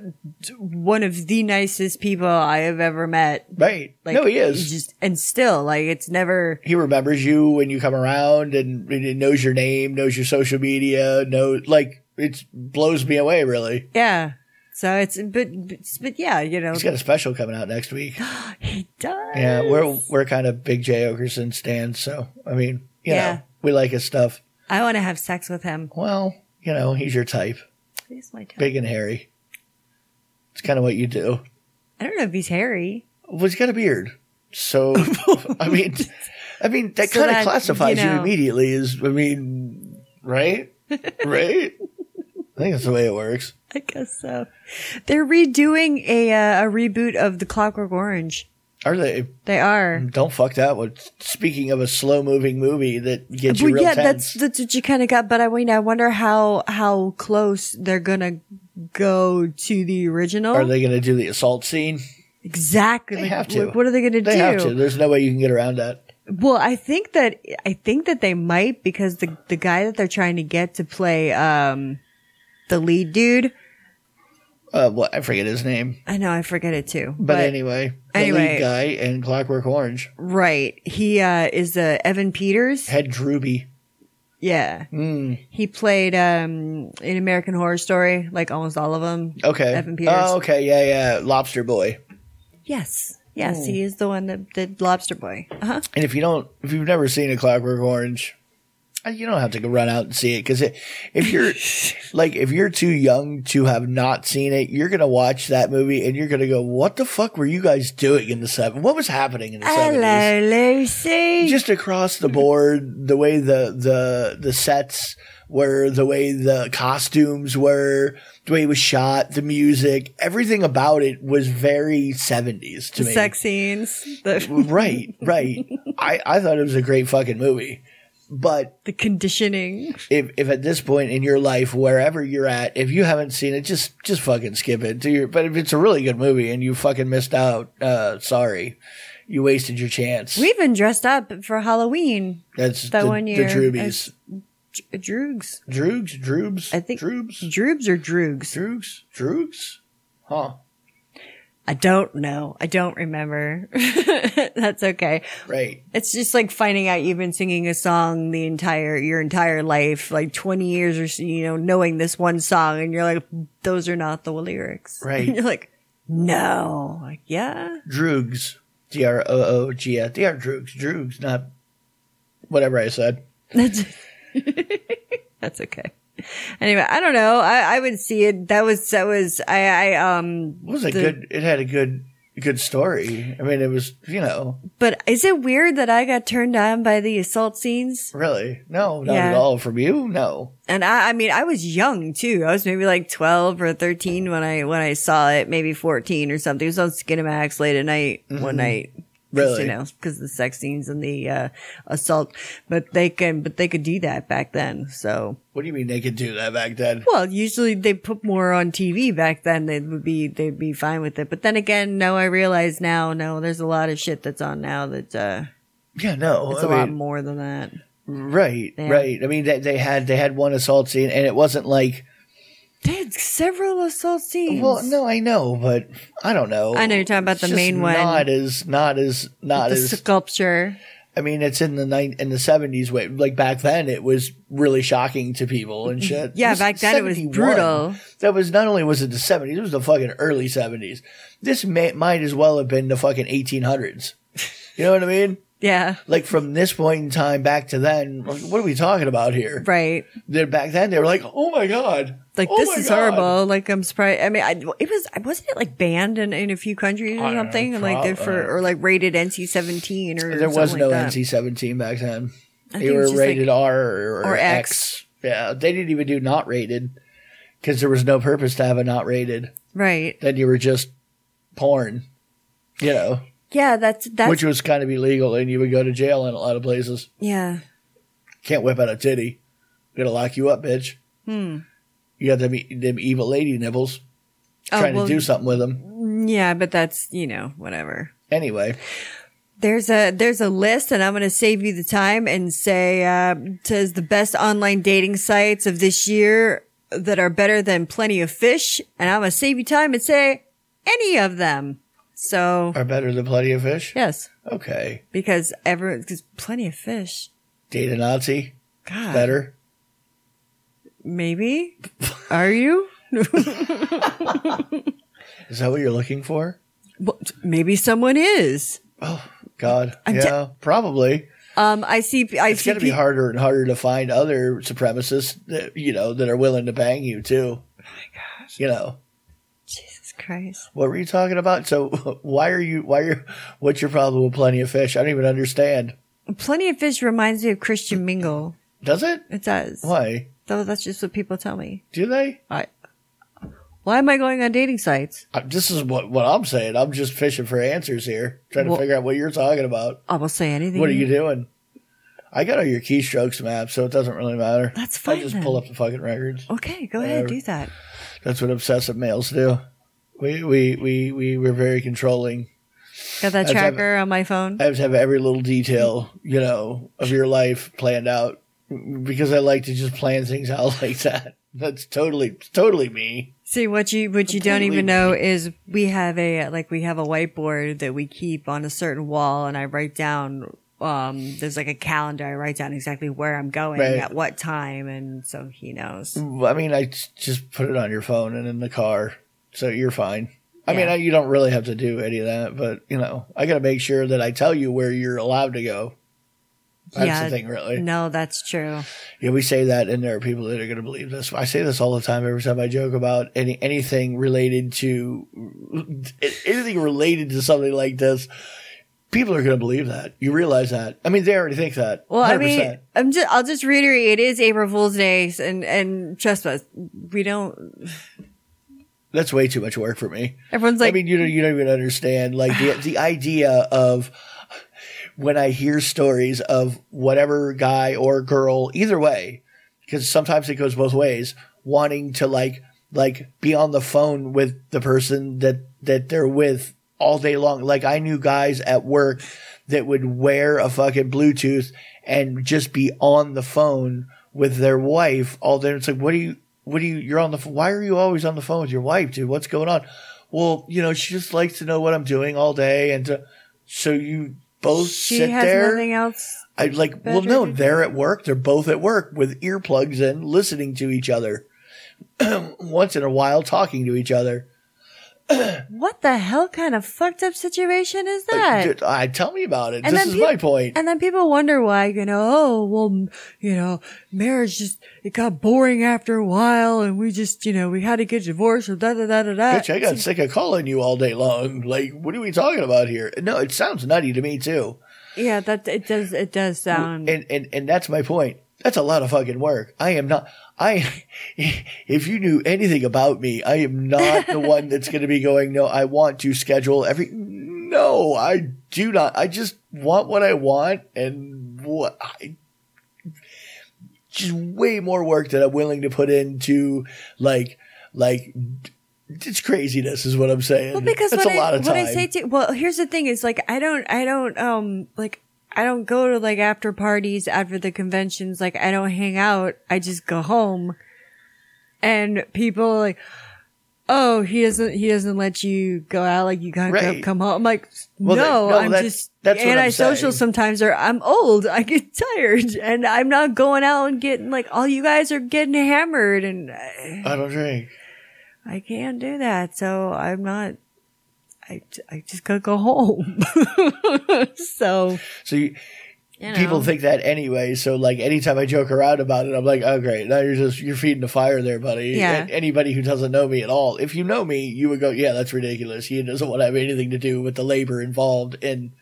one of the nicest people I have ever met. Right. Like, no, he is. he's Just, and still, like, it's never, he remembers you when you come around and, and knows your name, knows your social media, know like it blows me away really. yeah. So it's, but, but, but yeah, you know, He's got a special coming out next week. he does. Yeah, we're we're kind of big Jay Okerson stands, so I mean, you Yeah. know, we like his stuff. I want to have sex with him. Well, you know, he's your type. He's my type. Big and hairy. It's kind of what you do. I don't know if he's hairy. Well, he's got a beard. So [laughs] I mean I mean that So kind that, of classifies you you, know- immediately Is I mean [laughs] right? right? I think that's the way it works. I guess so. They're redoing a uh, a reboot of The Clockwork Orange. Are they? They are. Don't fuck that one. Speaking of a slow moving movie that gets you Well, real yeah, tense. that's that's what you kind of got. But I mean, I wonder how how close they're gonna go to the original. Are they going to do the assault scene? exactly. They have to. Like, what are they gonna They do? have to. There's no way you can get around that. Well, I think that I think that they might because the the guy that they're trying to get to play um the lead dude. Uh, well, I forget his name, I know I forget it too. but, anyway, the anyway. lead guy in Clockwork Orange right, he uh is uh, Evan Peters. had Drooby. Yeah. Hmm. He played um in American Horror Story, like almost all of them. Okay. Evan Peters. Oh, okay. Yeah, yeah. Lobster Boy. Yes. Hmm. Yes, he is the one that did Lobster Boy. Uh-huh. And if you don't, if you've never seen a Clockwork Orange, uh, you don't have to go run out and see it because if [laughs] you're like if you're too young to have not seen it, you're gonna watch that movie and you're gonna go, "What the fuck were you guys doing in the seven? What was happening in the seventies? Hello, Lucy. Just across [laughs] the board, the way the the the sets were, the way the costumes were, the way it was shot, the music, everything about it was very seventies to the me. sex scenes, [laughs] the, Right, right. I, I thought it was a great fucking movie. But the conditioning. if, if at this point in your life, wherever you're at, if you haven't seen it, just just fucking skip it. Do your, but if it's a really good movie and you fucking missed out, uh, sorry, you wasted your chance. We even dressed up for Halloween. That's that the, one year The Droobies. Dr- Droogs. Droogs? Droobs? I think Droobs? Droobs or Droogs? Droogs? Droogs? Huh. I don't know. I don't remember. [laughs] That's okay. Right. It's just like finding out you've been singing a song the entire your entire life, like twenty years or so, you know, knowing this one song, and you're like, those are not the lyrics, [laughs] Right. And you're like, no, like yeah, [laughs] Droogs. D R O O G S. They are Droogs. Droogs, not whatever I said. that's [laughs] that's okay. Anyway, I don't know. I, I would see it. That was that was I I um. It was a the- good. It had a good good story. I mean, it was you know But is it weird that I got turned on by the assault scenes? really no, not Yeah. at all from you. No, and I, I mean, I was young too. I was maybe like twelve or thirteen when I when I saw it, maybe fourteen or something. It was on Skinamax late at night one night, 'Cause, Mm-hmm. Really? You know, because the sex scenes and the uh, assault, but they can, but they could do that back then. So, what do you mean they could do that back then? well, usually they put more on TV back then. They would be they'd be fine with it. But then again, no, I realize now, no, there's a lot of shit that's on now that uh, Yeah, no, it's I a lot mean, more than that. right, right. I mean, they, they had they had one assault scene, and it wasn't like They had several assault scenes. well, no, I know, but I don't know. I know you're talking about It's the just main one. Not as not as not the as. sculpture. I mean, it's in the nine in the seventies way. Like back then, it was really shocking to people and shit. Mm-hmm. Yeah, This back then it was 71. brutal. That was not only was it the seventies, it was the fucking early seventies. This may, might as well have been the fucking eighteen hundreds. You know what I mean? Yeah. Like from this point in time back to then, like, what are we talking about here? Right. Then back then they were like, "Oh my god, Like Oh this my is God." horrible. Like I'm surprised. I mean, I, it was wasn't it like banned in, in a few countries or something? like they're for or like rated NC-17 or There was something no like that. NC seventeen back then. think They it was were just like- rated R or, or X. X. Yeah, they didn't even do not rated because there was no purpose to have a not rated. Right. Then you were just porn, you know, Yeah. That's that's which was kind of illegal, and you would go to jail in a lot of places. yeah. Can't whip out a titty. We're gonna lock you up, bitch. Hmm. You got them, e- them evil lady nibbles. Oh, trying well, to do something with them. Yeah, but that's, you know, whatever. Anyway, There's a there's a list, and I'm going to save you the time and say uh, says the best online dating sites of this year that are better than Plenty of Fish, and I'm going to save you time and say any of them. So are better than plenty of fish. yes, Okay, because everyone because Plenty of Fish, date a Nazi God, better. maybe. Are you? Is that what you're looking for? Well, t- maybe someone is. God, I'm yeah, de- probably. Um, I see. I It's see. going to be pe- harder and harder to find other supremacists, that, you know, that are willing to bang you Oh too. You know, Jesus Christ. what were you talking about? So [laughs] why are you? Why are? What's your problem with plenty of fish? I don't even understand. Plenty of Fish reminds me of Christian Mingle. Does it? It does. Why Though that's just what people tell me. do they? I. Why am I going on dating sites? I, this is what what I'm saying. I'm just fishing for answers here, trying Well- Mm-hmm. to figure out what you're talking about. I will say anything. What are you doing? I got all your keystrokes map, so it doesn't really matter. That's I fine just then. pull up the fucking records. Okay, go ahead, do that. That's what obsessive males do. We we we we were very controlling. Got that That's- tracker on my phone. I have to have every little detail, you know, of your life planned out because I like to just plan things out [laughs] like that. That's totally totally me. See what you what you don't Completely. even know is we have a like we have a whiteboard that we keep on a certain wall, and I write down. Um, there's like a calendar. I write down exactly where I'm going Right. at what time, and so he knows. I mean, I s- just put it on your phone and in the car, so you're fine. I mean, Yeah. I, you don't really have to do any of that, but you know, I got to make sure that I tell you where you're allowed to go. That's Yeah. the thing, really. No, that's true. Yeah, we say that, and there are people that are going to believe this. I say this all the time. Every time I joke about any anything related to anything related to something like this, people are going to believe that. You realize that? I mean, they already think that. Well, I 100%. mean, I'm just, I'll just reiterate, it is April Fool's Day, and, and trust us, we don't, that's way too much work for me. everyone's I like, mean, you don't, you don't even understand like the the idea of when I hear stories of whatever guy or girl, either way, because sometimes it goes both ways, wanting to like like be on the phone with the person that that they're with all day long. Like I knew guys at work that would wear a fucking Bluetooth and just be on the phone with their wife all day. It's like, what do you? What do you? You're on the. ph- Why are you always on the phone with your wife, dude? What's going on? Well, you know, she just likes to know what I'm doing all day, and to, so you both she sit has there. nothing else. I like, well, better no, to they're at work. They're both at work with earplugs in, listening to each other. [clears throat] Once in a while, talking to each other. What the hell kind of fucked up situation Uh, is that? Dude, I tell me about it. And this then Uh, is peop- my point. and then people wonder why, you know, oh, well, m- you know, marriage just, it got boring after a while and we just, you know, we had to get divorced or da da da da da. Bitch, I got sick of calling you all day long. Like, what are we talking about here? No, it sounds nutty to me too. Yeah, that, it does, it does sound. And and and that's my point. That's a lot of fucking work. I am not. I, [laughs] if you knew anything about me, I am not [laughs] the one that's going to be going. No, I want to schedule every. No, I do not. I just want what I want and what I. Just way more work that I'm willing to put into like like. It's craziness, is what I'm saying. Well, because that's what, a lot I, of what time. I say to well, here's the thing: is like I don't, I don't, um, like I don't go to like after parties, after the conventions. Like I don't hang out. I just go home, and people are like, oh, he doesn't, he doesn't let you go out. Like you gotta go- Right. come home. I'm like, Well, that- no, no, I'm that- just that's what I'm antisocial saying. sometimes, or I'm old. I get [laughs] tired, and I'm not going out and getting like all you guys are getting hammered, and I, I don't drink. I can't do that. So I'm not. I, I just gotta go home. [laughs] so So you, people think that anyway. So like anytime I joke around about it, I'm like, oh great, now you're just you're feeding the fire there, buddy. Yeah. And anybody who doesn't know me at all, if you know me, you would go, yeah, that's ridiculous. He doesn't want to have anything to do with the labor involved in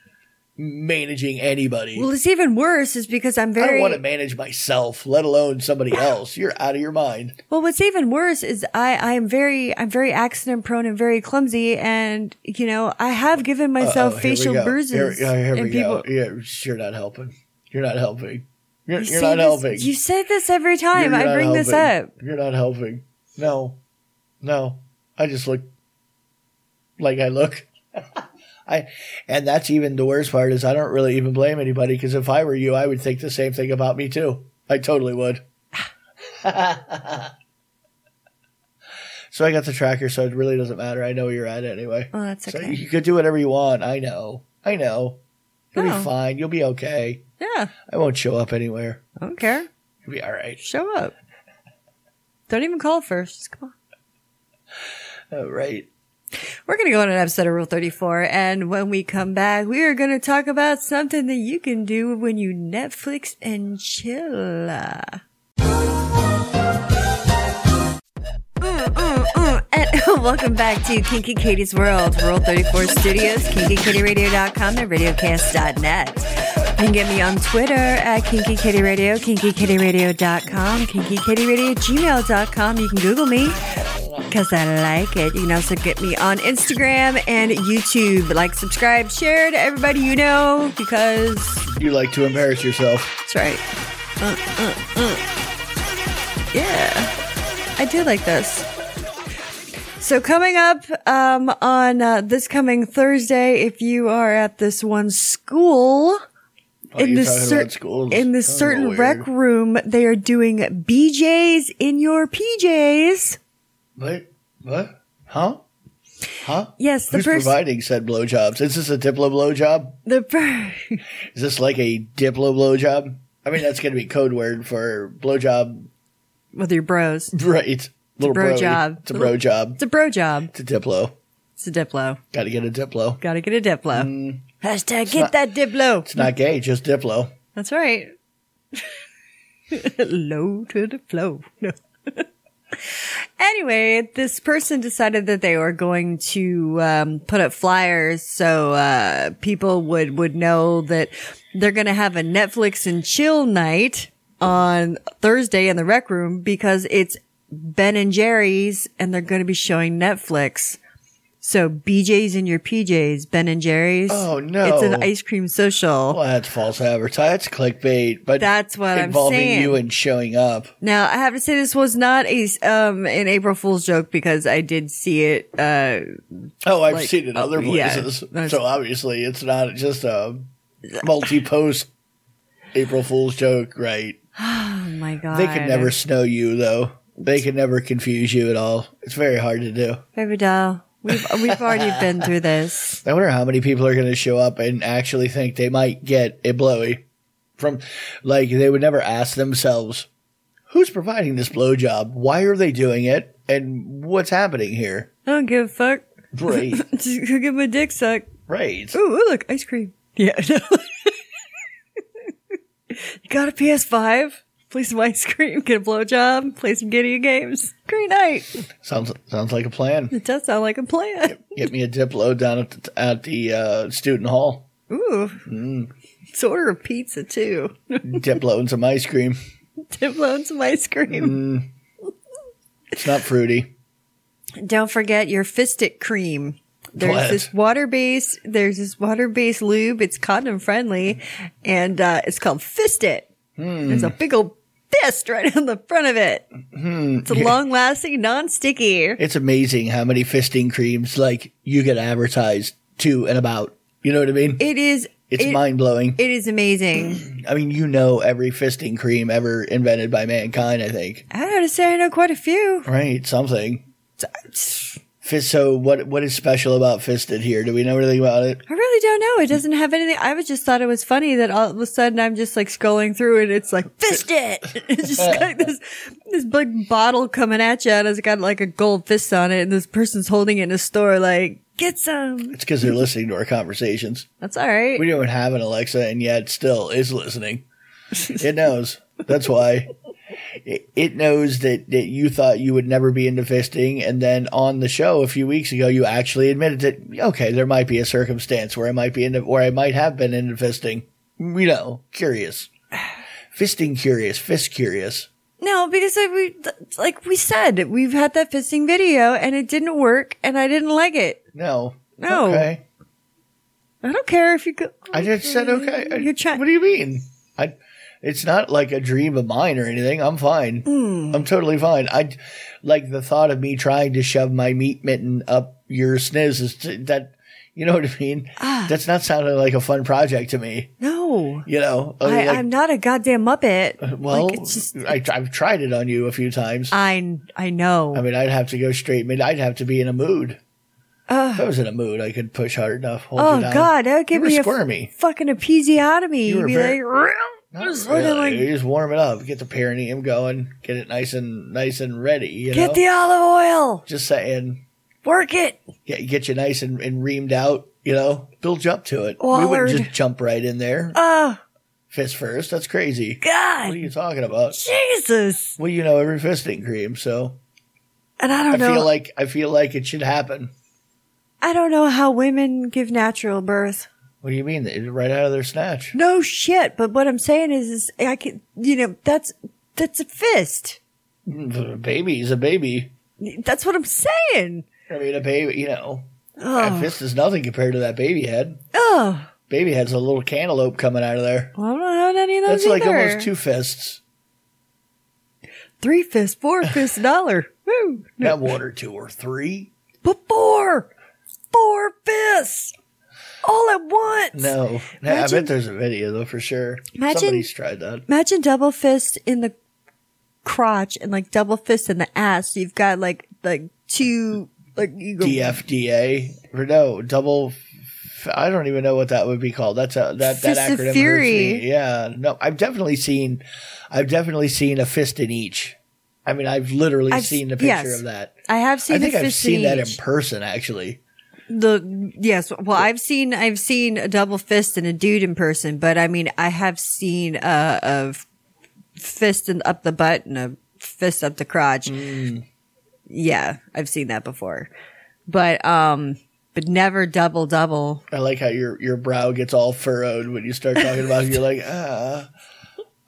managing anybody. well, it's even worse is because I'm I don't very want to manage myself, let alone somebody else. You're out of your mind. well. What's even worse is I I'm very I'm very accident prone and very clumsy, and you know I have given myself Oh, here we facial go. bruises Here, oh, here we and people. go. Yeah, you're not helping. You're not helping. You're, You you're not say this- helping. You say this every time You're- you're I not bring this helping. up. You're not helping. No, no. I just look. like I look. [laughs] I and that's even the worst part is I don't really even blame anybody because if I were you, I would think the same thing about me too. I totally would. [laughs] so I got the tracker, so it really doesn't matter. I know where you're at anyway. Oh, that's So okay. you could do whatever you want. I know. I know. You'll Oh. be fine. You'll be okay. yeah. I won't show up anywhere. I don't care. You'll be all right. Show up. Don't even call first. Just Come on. All right. We're going to go on an episode of Rule 34. And when we come back, we are going to talk about something that you can do when you Netflix and chill. Mm, mm, mm. And [laughs] welcome back to Kinky Katie's World, World 34 Studios, kinkykatieradio.com, and radiocast.net. You can get me on Twitter at Kinky Kitty Radio, kinkykateradio.com, kinkykateradio at gmail.com. You can Google me because I like it. You can also get me on Instagram and YouTube. Like, subscribe, share to everybody you know because You like to embarrass yourself. that's right. Uh, uh, uh. Yeah. I do like this. So coming up um, on uh, this coming Thursday, if you are at this one school Oh, in you're this talking cer- about schools. in this Oh, certain Lord. rec room, they are doing BJ's in your PJs. What? What? Huh? Huh? Yes, the Who's person, providing said blowjobs? Is this a Diplo blowjob? the per- Is this like a Diplo blowjob? I mean, that's going to be code word for blowjob, with your bros. right? Little bro broy. job. It's a bro job. It's a bro job. It's a Diplo. It's a Diplo. Got to get a Diplo. Got to get a Diplo. Hashtag get that Diplo. It's not gay, just Diplo. That's right. [laughs] Low to the flow. No. anyway, this person decided that they were going to um, put up flyers so uh, people would would know that they're going to have a Netflix and chill night on Thursday in the rec room because it's Ben and Jerry's and they're going to be showing Netflix. So BJ's in your PJs, Ben and Jerry's. Oh, no. It's an ice cream social. Well, that's false advertising. That's clickbait. But That's what I'm involving saying. you and showing up. Now, I have to say this was not a um an April Fool's joke because I did see it. Uh, Oh, I've Like, seen it other oh, yeah. places. That's- so obviously, it's not just a multi-post April Fool's joke, right? oh my god! They could never snow you though. They could never confuse you at all. It's very hard to do. baby doll. We've we've already been through this. I wonder how many people are going to show up and actually think they might get a blowy from, like, they would never ask themselves, who's providing this blowjob? Why are they doing it? And what's happening here? [laughs] I don't give a fuck. [laughs] Right. Just go get my dick sucked. [laughs] right. Ooh, ooh, look, ice cream. [laughs] Yeah. no. you got a PS5? Play some ice cream. Get a blowjob. Play some Gideon games. Great night. Sounds, sounds like a plan. It does sound like a plan. Get me a Diplo down at the, at the uh, student hall. Ooh. Mm. Let's order a pizza too. [laughs] Diplo and some ice cream. Tim loans some ice cream. It's not fruity. Don't forget your fistic cream. There's What? this water based there's this water based lube. It's condom friendly and uh, it's called Fist It. Hmm. There's a big old fist right on the front of it. Hmm. It's a long lasting, non sticky. It's amazing how many fisting creams, like, you get advertised to and about. You know what I mean? It is It's it- mind blowing. it is amazing. I mean, you know every fisting cream ever invented by mankind, I think. I gotta say I know quite a few. Right, something. Fist, so what what is special about fisted here? Do we know anything about it? I really don't know. Hmm. It doesn't have anything. I was just thought it was funny that all of a sudden I'm just like scrolling through and it's like [laughs] fist it. [laughs] It's just like this this big bottle coming at you and it's got like a gold fist on it and this person's holding it in a store like get some. It's because they're listening to our conversations. That's all right. We don't even have an Alexa, and yet still is listening. It knows. That's why. It, it knows that, that you thought you would never be into fisting, and then on the show a few weeks ago, you actually admitted that, okay, there might be a circumstance where I might be into, where I might have been into fisting. You know, curious. Fisting curious, fist curious. No, because like we like we said we've had that fisting video and it didn't work and I didn't like it. No. No. Okay. I don't care if you go. I just said okay. I- You're trying- What do you mean? I. It's not like a dream of mine or anything. I'm Hmm. fine. I'm totally fine. I like the thought of me trying to shove my meat mitten up your sniz is t- that. You know what I mean? Ah. That's not sounding like a fun project to me. No. You know, I, I, mean, like, Uh, I'm not a goddamn Muppet. well, like, it's just, I, I've tried it on you a few times. I, I know. I mean, I'd have to go straight mid. I'd have to be in a mood. if I was in a mood, I could push hard enough. Hold oh you down. God, that would give you were me a squirmy. fucking You episiotomy. You'd were be very- like, Not just really. sort of like- you just warm it up, get the perineum going, get it nice and nice and ready. You know, get the olive oil, just saying, work it. get, get you nice and, and reamed out. You know, build you up to it. We Wallard. wouldn't just jump right in there, Oh fist first. That's crazy. God, What are you talking about? Jesus. Well, you know every fisting cream, so And I don't I know. feel like I feel like it should happen. I don't know how women give natural birth. What do you mean? It's Right out of their snatch. No shit. But what I'm saying is, is I can, you know, that's that's a fist. A baby is a baby. That's what I'm saying. I mean, a baby, you know, a fist is nothing compared to that baby head. Oh, Baby head's a little cantaloupe coming out of there. well, I'm not having any of those That's like either. almost two fists. three fists, four fists, dollar. [laughs] Woo. Not one or two or three. But four, four fists, all at once. No, Nah, I Imagine- bet there's a video though for sure. Imagine- Somebody's tried that. Imagine double fist in the crotch and like double fist in the ass. You've got like like two like you go DFDA or no double. f- I don't even know what that would be called. That's a that that Fist of acronym. hurts Fury. me. Yeah, no, I've definitely seen, I've definitely seen a fist in each. I mean, I've literally I've- seen the picture yes. of that. I have seen. I think a I've fist seen that in each. person actually. the yes. Well, I've seen I've seen a double fist and a dude in person, but I mean I have seen a, a f- fist in, up the butt and a fist up the crotch. Mm. Yeah, I've seen that before, but um, but never double double. I like how your your brow gets all furrowed when you start talking about. it. You're [laughs] like, ah,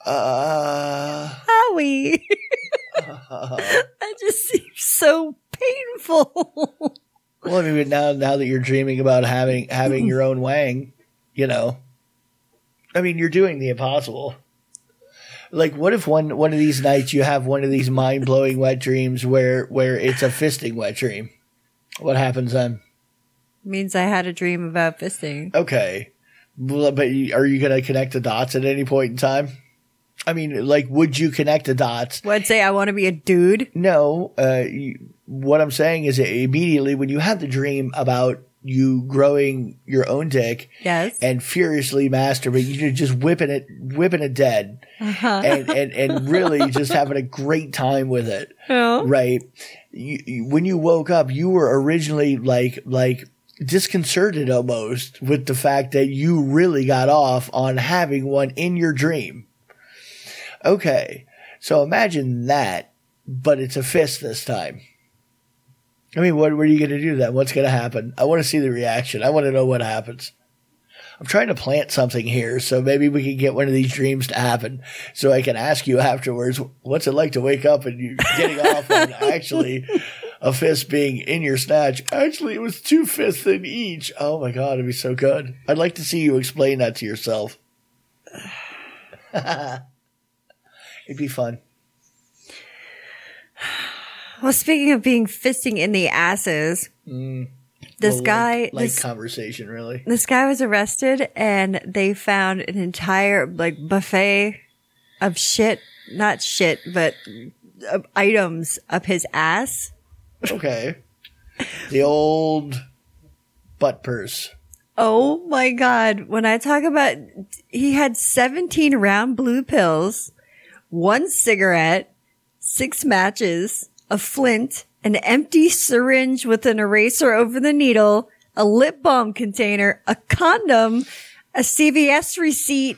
ah. Howie. [laughs] that just seems so painful. Well, I mean, now now that you're dreaming about having having your own Wang, you know, I mean, you're doing the impossible. Like, what if one one of these nights you have one of these mind blowing wet dreams where where it's a fisting wet dream? What happens then? Means I had a dream about fisting. Okay, Well, but you- are you going to connect the dots at any point in time? I mean, like, would you connect the dots? Would say I want to be a dude. No, uh, you, what I'm saying is immediately when you have the dream about you growing your own dick, [laughs] Yes. and furiously masturbating. You're just whipping it, whipping it dead, and, and and really just having a great time with it, Oh. right? You, you- when you woke up, you were originally like like disconcerted almost with the fact that you really got off on having one in your dream. Okay, so imagine that, but it's a fist this time. I mean, what, what are you going to do then? What's going to happen? I want to see the reaction. I want to know what happens. I'm trying to plant something here, so maybe we can get one of these dreams to happen, so I can ask you afterwards, what's it like to wake up and you [laughs] getting off on actually a fist being in your snatch? Actually, it was two fists in each. Oh my god, it'd be so good. I'd like to see you explain that to yourself. [laughs] it'd be fun. Well, speaking of being fisting in the asses, this Mm. Well, like- guy, like, this, conversation, really. this guy was arrested and they found an entire like buffet of shit, not shit, but of items up his ass. Okay, [laughs] the old butt purse. Oh my God. When I talk about, he had 17 round blue pills, one cigarette, six matches, a flint, an empty syringe with an eraser over the needle, a lip balm container, a condom, a CVS receipt,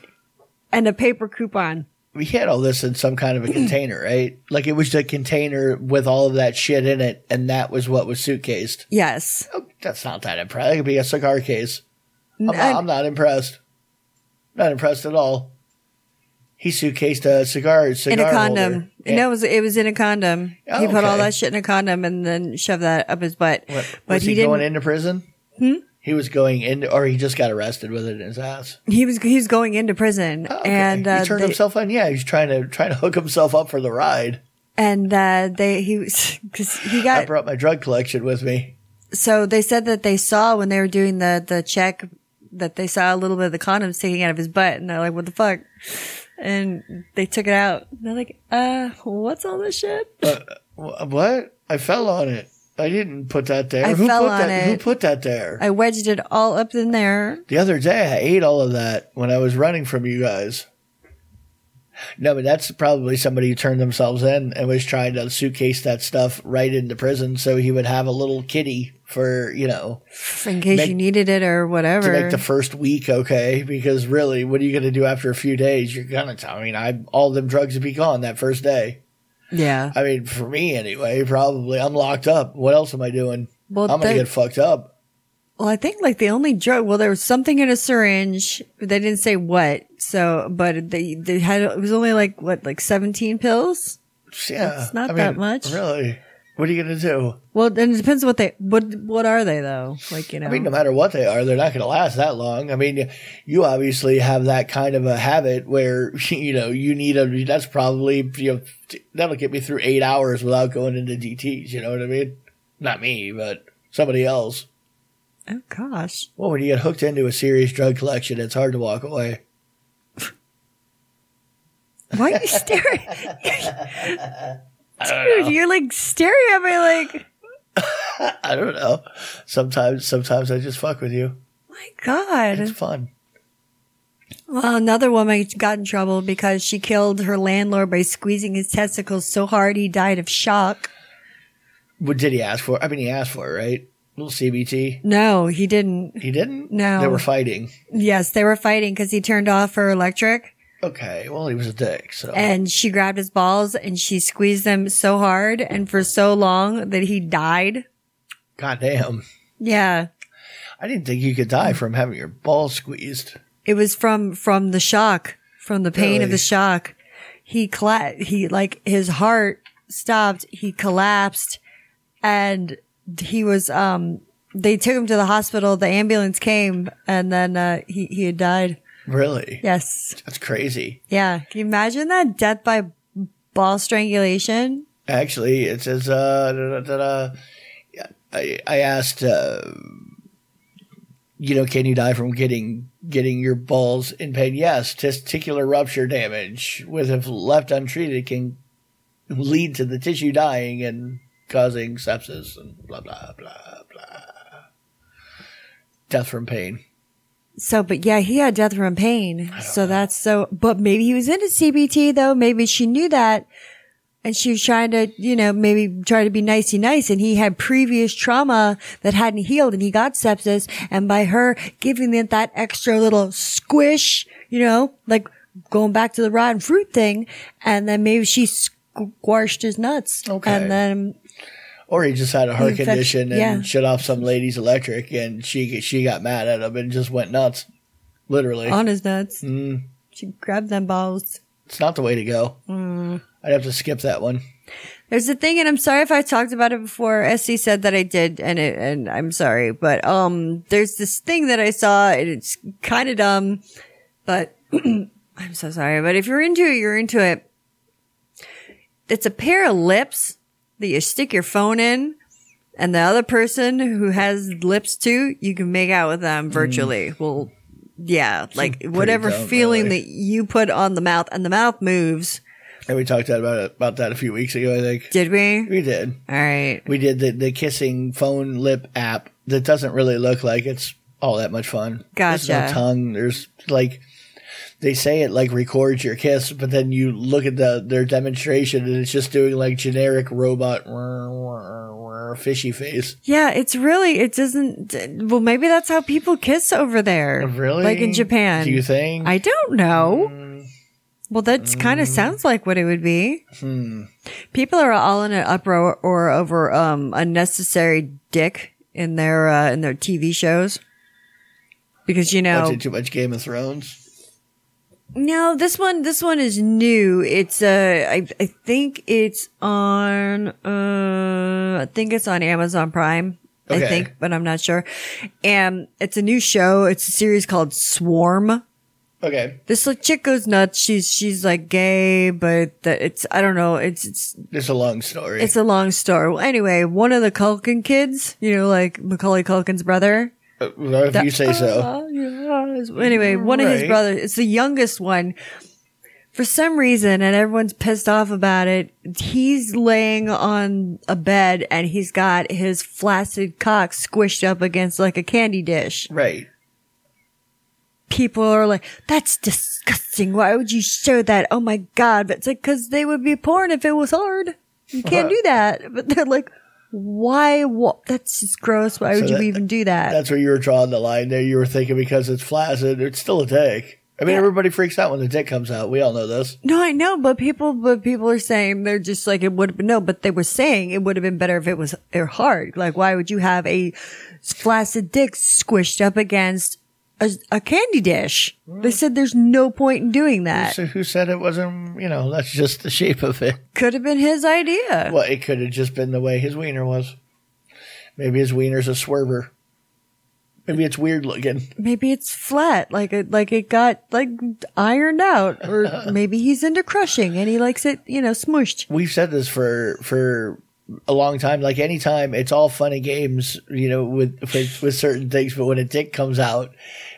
and a paper coupon. we had all this in some kind of [clears throat] a container, right? Like it was the container with all of that shit in it, and that was what was suitcased. Yes. Oh, that's not that impressive. It could be a cigar case. I'm, not, I- I'm not impressed. Not impressed at all. He suitcased a cigar, cigar In a condom. holder. No, it was, it was in a condom. Oh, he put all okay. that shit in a condom and then shoved that up his butt. What, but was he, he, didn't. going into prison? Hmm? He was going into, or he just got arrested with it in his ass. He was he was going into prison, Oh, Okay. and uh, he turned they- himself on. Yeah, he's trying to trying to [laughs] hook himself up for the ride. and uh, they he [laughs] was because he I got brought my drug collection with me. so they said that they saw when they were doing the the check that they saw a little bit of the condom sticking out of his butt, and they're like, "What the fuck?" And they took it out. And they're like, "Uh, what's all this shit?" Wh- What? I fell on it. I didn't put that there. I who fell put on that? Who it. put that there? I wedged it all up in there. the other day, I ate all of that when I was running from you guys. No, but that's probably somebody who turned themselves in and was trying to suitcase that stuff right into prison, so he would have a little kitty for you know in case Make- you needed it or whatever. to make the first week okay. Because really, what are you going to do after a few days? You're gonna. T- I mean, I all them drugs would be gone that first day. yeah. I mean, for me anyway, probably. I'm locked up. What else am I doing? Well, I'm going they- to get fucked up. Well, I think like the only drug. Well, there was something in a syringe. They didn't say what. So, but they they had it was only like what like seventeen pills. Yeah. It's not I mean, that much. Really? What are you going to do? Well, and it depends what they what what are they though? Like you know, I mean, no matter what they are, they're not going to last that long. I mean, you obviously have that kind of a habit where, [laughs] you know, you need a, that's probably, you know, that'll get me through eight hours without going into DTs. You know what I mean? Not me, but somebody else. oh gosh, Well, when you get hooked into a serious drug collection, it's hard to walk away. why are [laughs] you staring? [laughs] Dude, you're like staring at me like, I don't know. Sometimes, sometimes I just fuck with you. my God. It's fun. Well, another woman got in trouble because she killed her landlord by squeezing his testicles so hard he died of shock. What did he ask for? I mean, he asked for it, right? Little CBT. No, he didn't. He didn't. No. they were fighting. Yes, they were fighting because he turned off her electric Okay, well, he was a dick. So and she grabbed his balls and she squeezed them so hard and for so long that he died. goddamn, Yeah. I didn't think you could die from having your balls squeezed. It was from from the shock, from the pain of Really? the shock. He colla- he like his heart stopped, he collapsed and he was um they took him to the hospital, the ambulance came and then uh he he had died. Really, Yes. that's crazy. Yeah. Can you imagine that death by ball strangulation? Actually, it says uh, da, da, da, da. Yeah, I I asked, uh, you know, can you die from getting getting your balls in pain? Yes, testicular rupture damage, which if left untreated can lead to the tissue dying and causing sepsis and blah blah blah blah. Death from pain. So, but yeah, he had death from pain. So that's so, but maybe he was into CBT though. Maybe she knew that and she was trying to, you know, maybe try to be nicey nice. And he had previous trauma that hadn't healed and he got sepsis. And by her giving it that extra little squish, you know, like going back to the rotten fruit thing. And then maybe she squashed his nuts. Okay. And then Or he just had a heart Infection- condition and yeah. shut off some lady's electric, and she she got mad at him and just went nuts. Literally, on his nuts, she grabbed them balls. It's not the way to go. mm. I'd have to skip that one. There's a thing, and I'm sorry if I talked about it before. SC said that I did, and it, and I'm sorry, but um, there's this thing that I saw, and it's kind of dumb, but [clears throat] I'm so sorry. But if you're into it, you're into it. It's a pair of lips that you stick your phone in, and the other person who has lips too, you can make out with them virtually. Well, yeah, like whatever Mm. dumb, feeling really. that you put on the mouth, and the mouth moves. And we talked about it, about that a few weeks ago. I think Did we? we did. All right. We did the the kissing phone lip app that doesn't really look like it's all that much fun. There's no Gotcha. tongue. There's like they say it like records your kiss, but then you look at the their demonstration and it's just doing like generic robot [laughs] fishy face. Yeah, it's really it doesn't. Well, maybe that's how people kiss over there. Oh, Really? like in Japan. Do you think? Mm. I don't know. Well, that's kind of sounds like what it would be. Hmm. People are all in an uproar or over um, unnecessary dick in their uh, in their TV shows because you know Watching too much Game of Thrones. no, this one, this one is new. It's, uh, I, I think it's on, uh, I think it's on Amazon Prime. Okay. I think, but I'm not sure. And it's a new show. It's a series called Swarm. Okay. This like, chick goes nuts. She's she's like gay, but that it's I don't know. It's it's It's a long story. it's a long story. Well, anyway, one of the Culkin kids, you know, like Macaulay Culkin's brother. Uh, well, if you say so. Uh, yes. Anyway, one of his Right. brothers. It's the youngest one. For some reason, and everyone's pissed off about it. He's laying on a bed, and he's got his flaccid cock squished up against like a candy dish Right. people are like, that's disgusting. Why would you show that? Oh my God. But it's like, cause they would be porn if it was hard. You can't Uh-huh. do that. But they're like, why? What? That's just gross. Why would you that- even do that? That's where you were drawing the line there. You were thinking because it's flaccid, it's still a dick. I mean, everybody freaks out when the dick comes out. We all know this. no, I know, but people, but people are saying they're just like, it would have been, no, but they were saying it would have been better if it was or hard. Like, why would you have a flaccid dick squished up against a, a candy dish? They said there's no point in doing that. So who said it wasn't? You know, that's just the shape of it. [laughs] Could have been his idea. Well, it could have just been the way his wiener was. Maybe his wiener's a swerver. Maybe it's weird looking. maybe it's flat, like it, like it got like ironed out, or maybe he's into crushing and he likes it, you know, smooshed. We've said this for for a long time. Like anytime, it's all fun and games, you know, with with, with certain things. But when a dick comes out,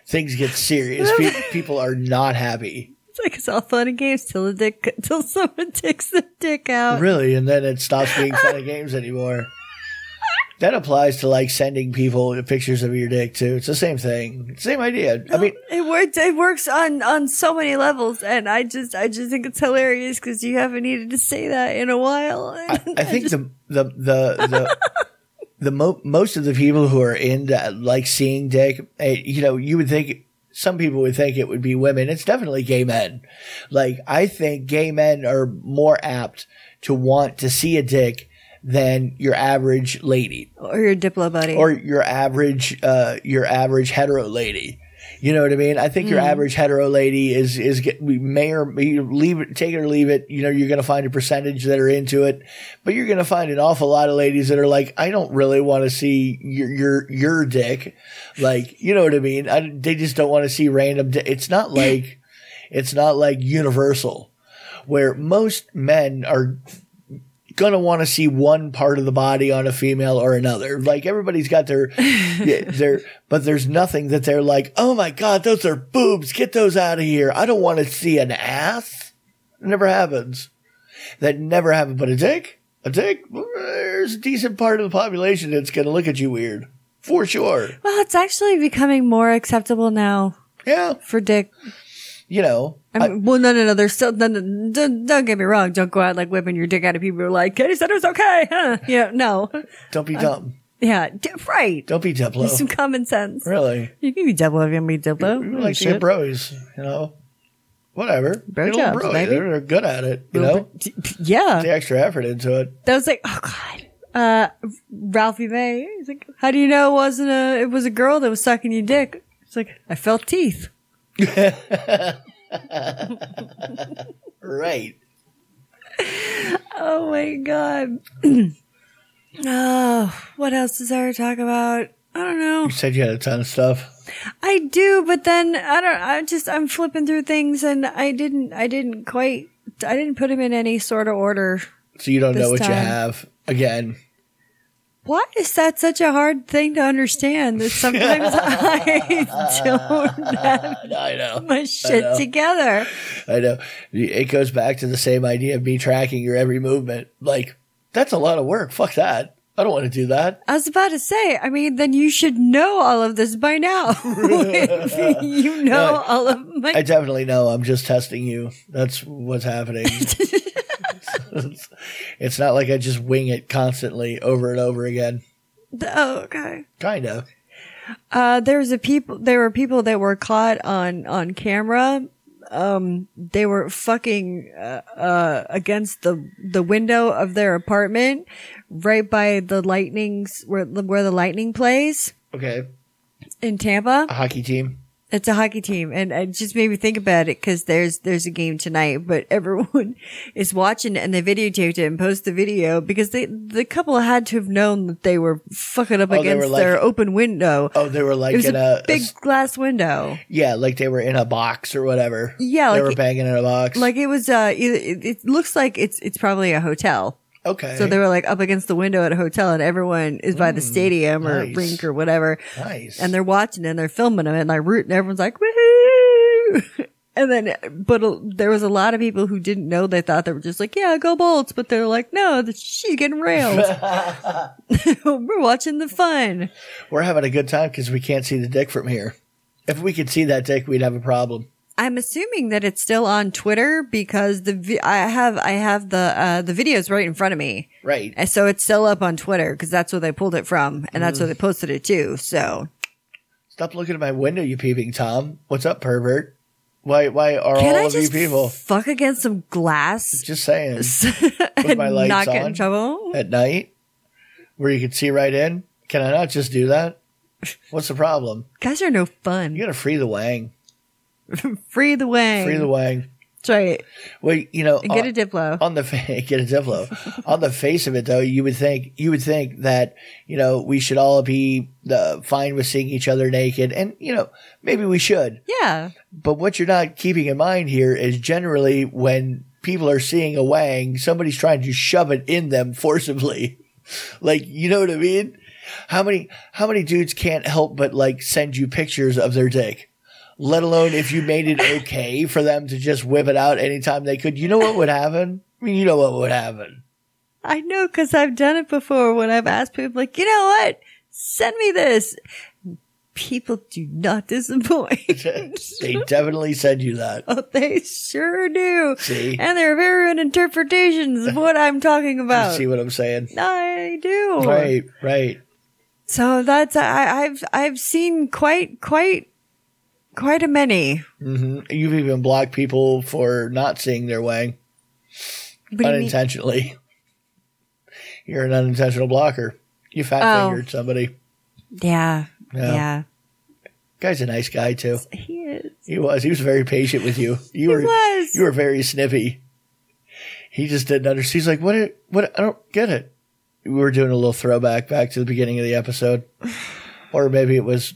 things get serious. Pe- people are not happy, It's like it's all fun and games till the dick, till [laughs] someone takes the dick out. really. And then it stops being fun and games anymore. That applies to like sending people pictures of your dick too. It's the same thing, same idea. I mean, It works. It works on on so many levels, and I just I just think it's hilarious because you haven't needed to say that in a while. I think the the the the, the mo- most of the people who are into like seeing dick, eh, you know, you would think some people would think it would be women. It's definitely gay men. Like I think gay men are more apt to want to see a dick than your average lady [laughs] or your Diplo buddy. or your average uh your average hetero lady you know what i mean i think your average hetero lady is is get- we may or may leave it take it or leave it you know you're gonna find a percentage that are into it but you're gonna find an awful lot of ladies that are like i don't really want to see your your your dick like you know what i mean I, they just don't want to see random di- it's not like it's not like universal where most men are gonna want to see one part of the body on a female or another. Like everybody's got [laughs] their yeah, their but there's nothing that they're like, "Oh my god, those are boobs. Get those out of here. I don't want to see an ass." It never happens. That never happened, but a dick, a dick, there's a decent part of the population that's going to look at you weird. For sure. well, it's actually becoming more acceptable now Yeah, for dick you know. I mean, well, no, no, no. There's still, no, no, don't, don't get me wrong. Don't go out like whipping your dick out of people who are like, Katie said it was okay. [laughs] Huh? Yeah, no. Don't be dumb. Yeah, d- right. Don't be Diplo. Some common sense. Really. You can be Diplo if you want to be We Diplo. like to Shit. hit bros, you know. Whatever. Bro Get a little jobs, bro-y. baby. They're, they're good at it, you know. D- p- Yeah. The extra effort into it. That was like, oh God. Uh, Ralphie May. He's like, how do you know it wasn't a, it was a girl that was sucking your dick? It's like, I felt teeth. Right. Oh my God. [clears throat] oh, what else is there to talk about? I don't know. You said you had a ton of stuff. I do, but then I don't. I just I'm flipping through things, and I didn't. I didn't quite. I didn't put them in any sort of order. So you don't know what This you time. have. Again. Why is that such a hard thing to understand? That sometimes [laughs] I [laughs] don't have I know. my shit know. together. I know. It goes back to the same idea of me tracking your every movement. Like, that's a lot of work. Fuck that. I don't want to do that. I was about to say. I mean, then you should know all of this by now. [laughs] If you know No, all of my. I definitely know. I'm just testing you. That's what's [laughs] happening. [laughs] it's not like I just wing it constantly over and over again. oh, okay. Kind of. Uh, there was a people. There were people that were caught on on camera. Um, they were fucking uh, uh, against the the window of their apartment, right by the lightnings where where the lightning plays Okay. in Tampa. A hockey team. It's a hockey team, and it just made me think about it because there's there's a game tonight, but [laughs] everyone is watching it and they videotaped it and post the video because they the couple had to have known that they were fucking up Oh, they were against like- their open window. Oh, they were like it was in a, a, big glass window. yeah, like they were in a box or whatever. Yeah, they like- were banging in a box. Like it was. Uh, either, it, it looks like it's it's probably a hotel. okay, Mm, So they were like up against the window at a hotel, and everyone is by the stadium or nice. rink or whatever, nice, and they're watching and they're filming them and like rooting. Everyone's like woohoo! [laughs] And then, but uh, there was a lot of people who didn't know. They thought they were just like, "Yeah, go Bolts," but they're like, "No, th- she's [laughs] getting railed. [laughs] we're watching the fun." we're having a good time because we can't see the dick from here. If we could see that dick, we'd have a problem. I'm assuming that it's still on Twitter because the vi- I have I have the uh, the videos right in front of me. Right. And so it's still up on Twitter because that's where they pulled it from and that's where they posted it to. So Stop looking at my window, you peeping Tom. What's up, pervert? Why? Why are can all I of you just people fuck against some glass just saying [laughs] and my lights not get on? in trouble? at night where you could see right in? Can I not just do that? What's the problem? Guys are no You fun. gotta free the wang, Free the way. free the wang. That's right. Well, you know, And get uh, a [laughs] Diplo. on the fa- get a Diplo. on the face of it, though, you would think you would think that you know we should all be uh, fine with seeing each other naked, and you know maybe we should. yeah. But what you're not keeping in mind here is generally when people are seeing a wang, somebody's trying to shove it in them [laughs] forcibly. like you know what I mean? How many how many dudes can't help but like send you pictures of their dick? Let alone if you made it okay for them to just whip it out anytime they could. You know what would happen? I mean, you know what would happen. [laughs] I know because I've done it before when I've asked people, like, you know what? Send me this. People do not disappoint. [laughs] They definitely send you that. Oh, they sure do. See? And there are varying interpretations of what I'm [laughs] talking about. See what I'm saying? I do. Right, right. So that's I, I've I've seen quite quite quite a many. Mm-hmm. You've even blocked people for not seeing their wang. What do you mean? unintentionally. You're an unintentional blocker. You fat Oh. fingered somebody. Yeah, Yeah. yeah. Guy's a nice guy too. He is. He was. He was very patient with [laughs] you. You were. was. You were very snippy. He just didn't understand. He's like, what? Are, what? I don't get it. We were doing a little throwback back to the beginning of the [sighs] episode, or maybe it was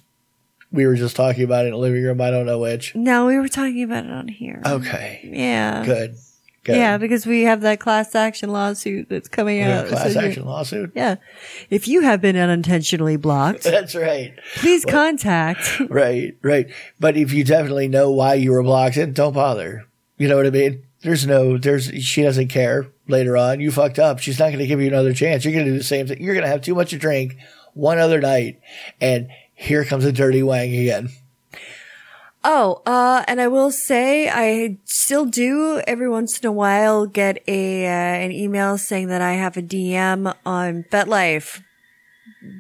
we were just talking about it in the living room. I don't know which. No, we were talking about it on here. Okay. yeah. Oh, Good. Good. Yeah, because we have that class action lawsuit that's coming We have out. a So class you're- action lawsuit. [laughs] Yeah. If you have been unintentionally blocked, That's right. please contact. Right, right. But if you definitely know why you were blocked, then don't bother. You know what I mean? There's no, there's, she doesn't care later on. You fucked up. She's not going to give you another chance. You're going to do the same thing. You're going to have too much to drink one other night. And here comes a dirty wang again. Oh, uh, and I will say I still do every once in a while get a uh, an email saying that I have a DM on FetLife.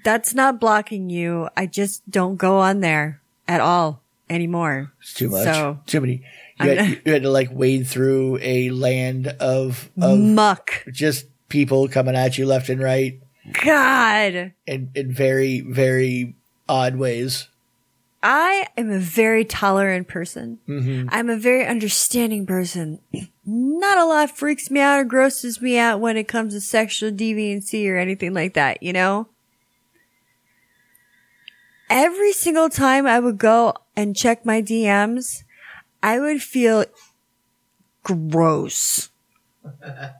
That's not blocking you. I just don't go on there at all anymore. It's too much. So- too many. You had, you had to like wade through a land of, of Muck. just people coming at you left and right God. in, in very, very odd ways. I am a very tolerant person. Mm-hmm. I'm a very understanding person. Not a lot freaks me out or grosses me out when it comes to sexual deviancy or anything like that, you know? Every single time I would go and check my DMs, I would feel [laughs] gross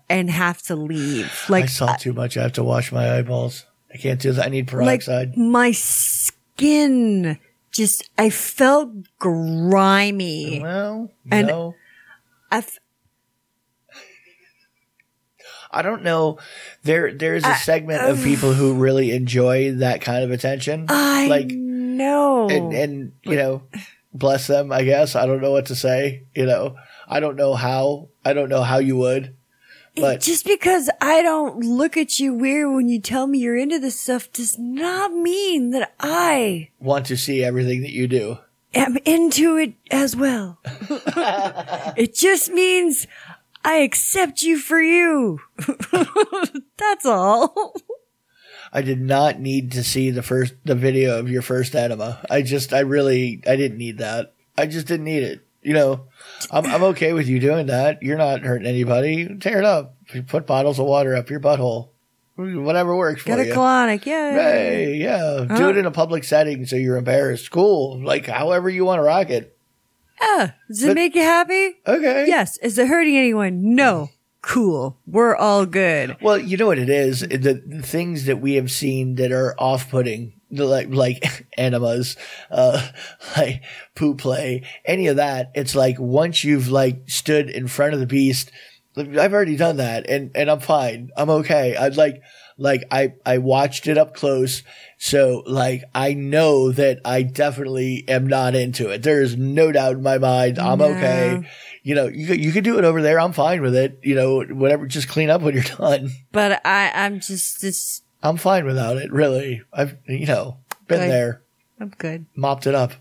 and have to leave. Like, uh, I saw too much. I have to wash my eyeballs. I can't do that. I need peroxide. like my skin just, I felt grimy. Well, And- no. I f- I don't know. There, there's Uh, a segment of people who really enjoy that kind of attention. um, I like, know. and, and you know, bless them. I guess I don't know what to say. You know, I don't know how. I don't know how you would. But just because I don't look at you weird when you tell me you're into this stuff does not mean that I want to see everything that you do. am into it as [laughs] well. it just means [laughs] Oh, I accept you for you. That's all. I did not need to see the first the video of your first enema. I just I really I didn't need that. I just didn't need it. You know, I'm I'm okay with you doing that. You're not hurting anybody. Tear it up. Put bottles of water up your butthole. Whatever works for Got a you. colonic, yeah. Hey, yeah. Do Huh? it in a public setting so you're embarrassed. Cool. Like however you want to rock it. Does it make you happy? Okay. Yes. Is it hurting anyone? No. Cool. We're all good. Well, you know what it is? The, the things that we have seen that are off putting, like, like [laughs] enemas, uh, [laughs] like poo play, any of that. It's like once you've like stood in front of the beast, like, I've already done that and, and I'm fine. I'm okay. I'd like, like I, I watched it up close. So like I know that I definitely am not into it. There is no doubt in my mind. I'm okay. You know, you could, you could do it over there. I'm fine with it. You know, whatever. Just clean up when you're [laughs] done. But I, I'm just, just, I'm fine without it, really. I've, you know, been Right. there, I'm good. mopped it up.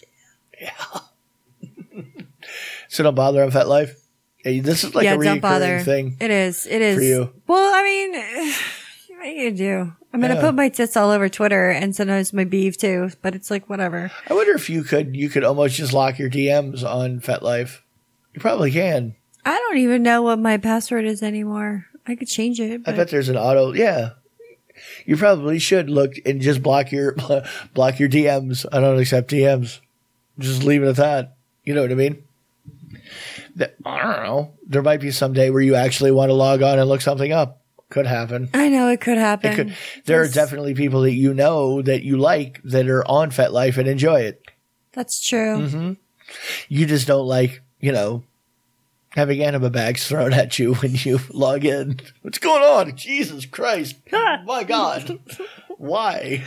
Yeah. so don't bother on Fat Life. Hey, this is like yeah, a don't bother. reoccurring thing. It is. It is. you. Well, I mean, [sighs] what are you gonna do? I'm gonna Yeah. put my tits all over Twitter and sometimes my beef too. But it's like whatever. I wonder if you could, you could almost just lock your DMs on Fat Life. You probably can. I don't even know what my password is anymore. I could change it. I but- bet there's an auto. Yeah. You probably should look and just block your, [laughs] block your DMs. I don't accept DMs. Just leave it at that. You know what I mean? That- I don't know. There might be some day where you actually want to log on and look something up. Could happen. I know it could happen. Could, there are definitely people that you know that you like that are on FetLife and enjoy it. That's true. Mm-hmm. You just don't like, you know, having anima bags thrown at you when you [laughs] log in. What's going on? Jesus Christ. My God. Why?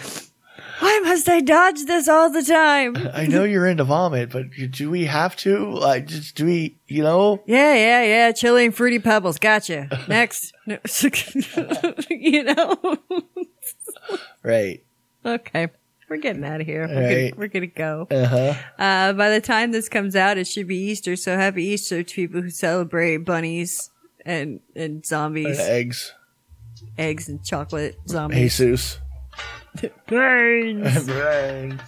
Why must I dodge this all the time? I know you're into vomit, but do we have to? Like, just do we, you know? Yeah, yeah, yeah. Chili and fruity pebbles. Gotcha. Next. [laughs] No. you know? Right. okay. We're getting out of here. We're, Right. gonna, we're gonna go. Uh huh. Uh, by the time this comes out, it should be Easter. So happy Easter to people who celebrate bunnies and, and zombies, Eggs. eggs and chocolate [laughs] zombies. Jesus. Brains. Brains.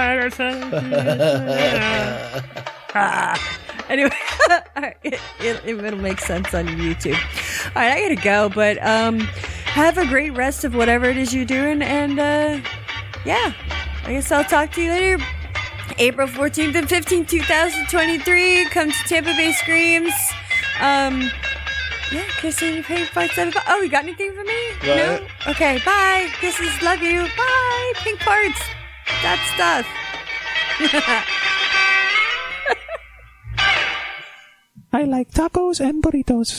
Anyway, [laughs] all right, it, it, will make sense on YouTube. All right, I gotta go, but um, have a great rest of whatever it is you're doing, and uh, yeah, I guess I'll talk to you later. April 14th and 15th, 2023. Come to Tampa Bay Screams. Um, yeah, kissing your paint five seven five. Oh, you got anything for me? No. Okay, bye. Kisses, love you. Bye. Pink parts. That stuff. I like tacos and burritos.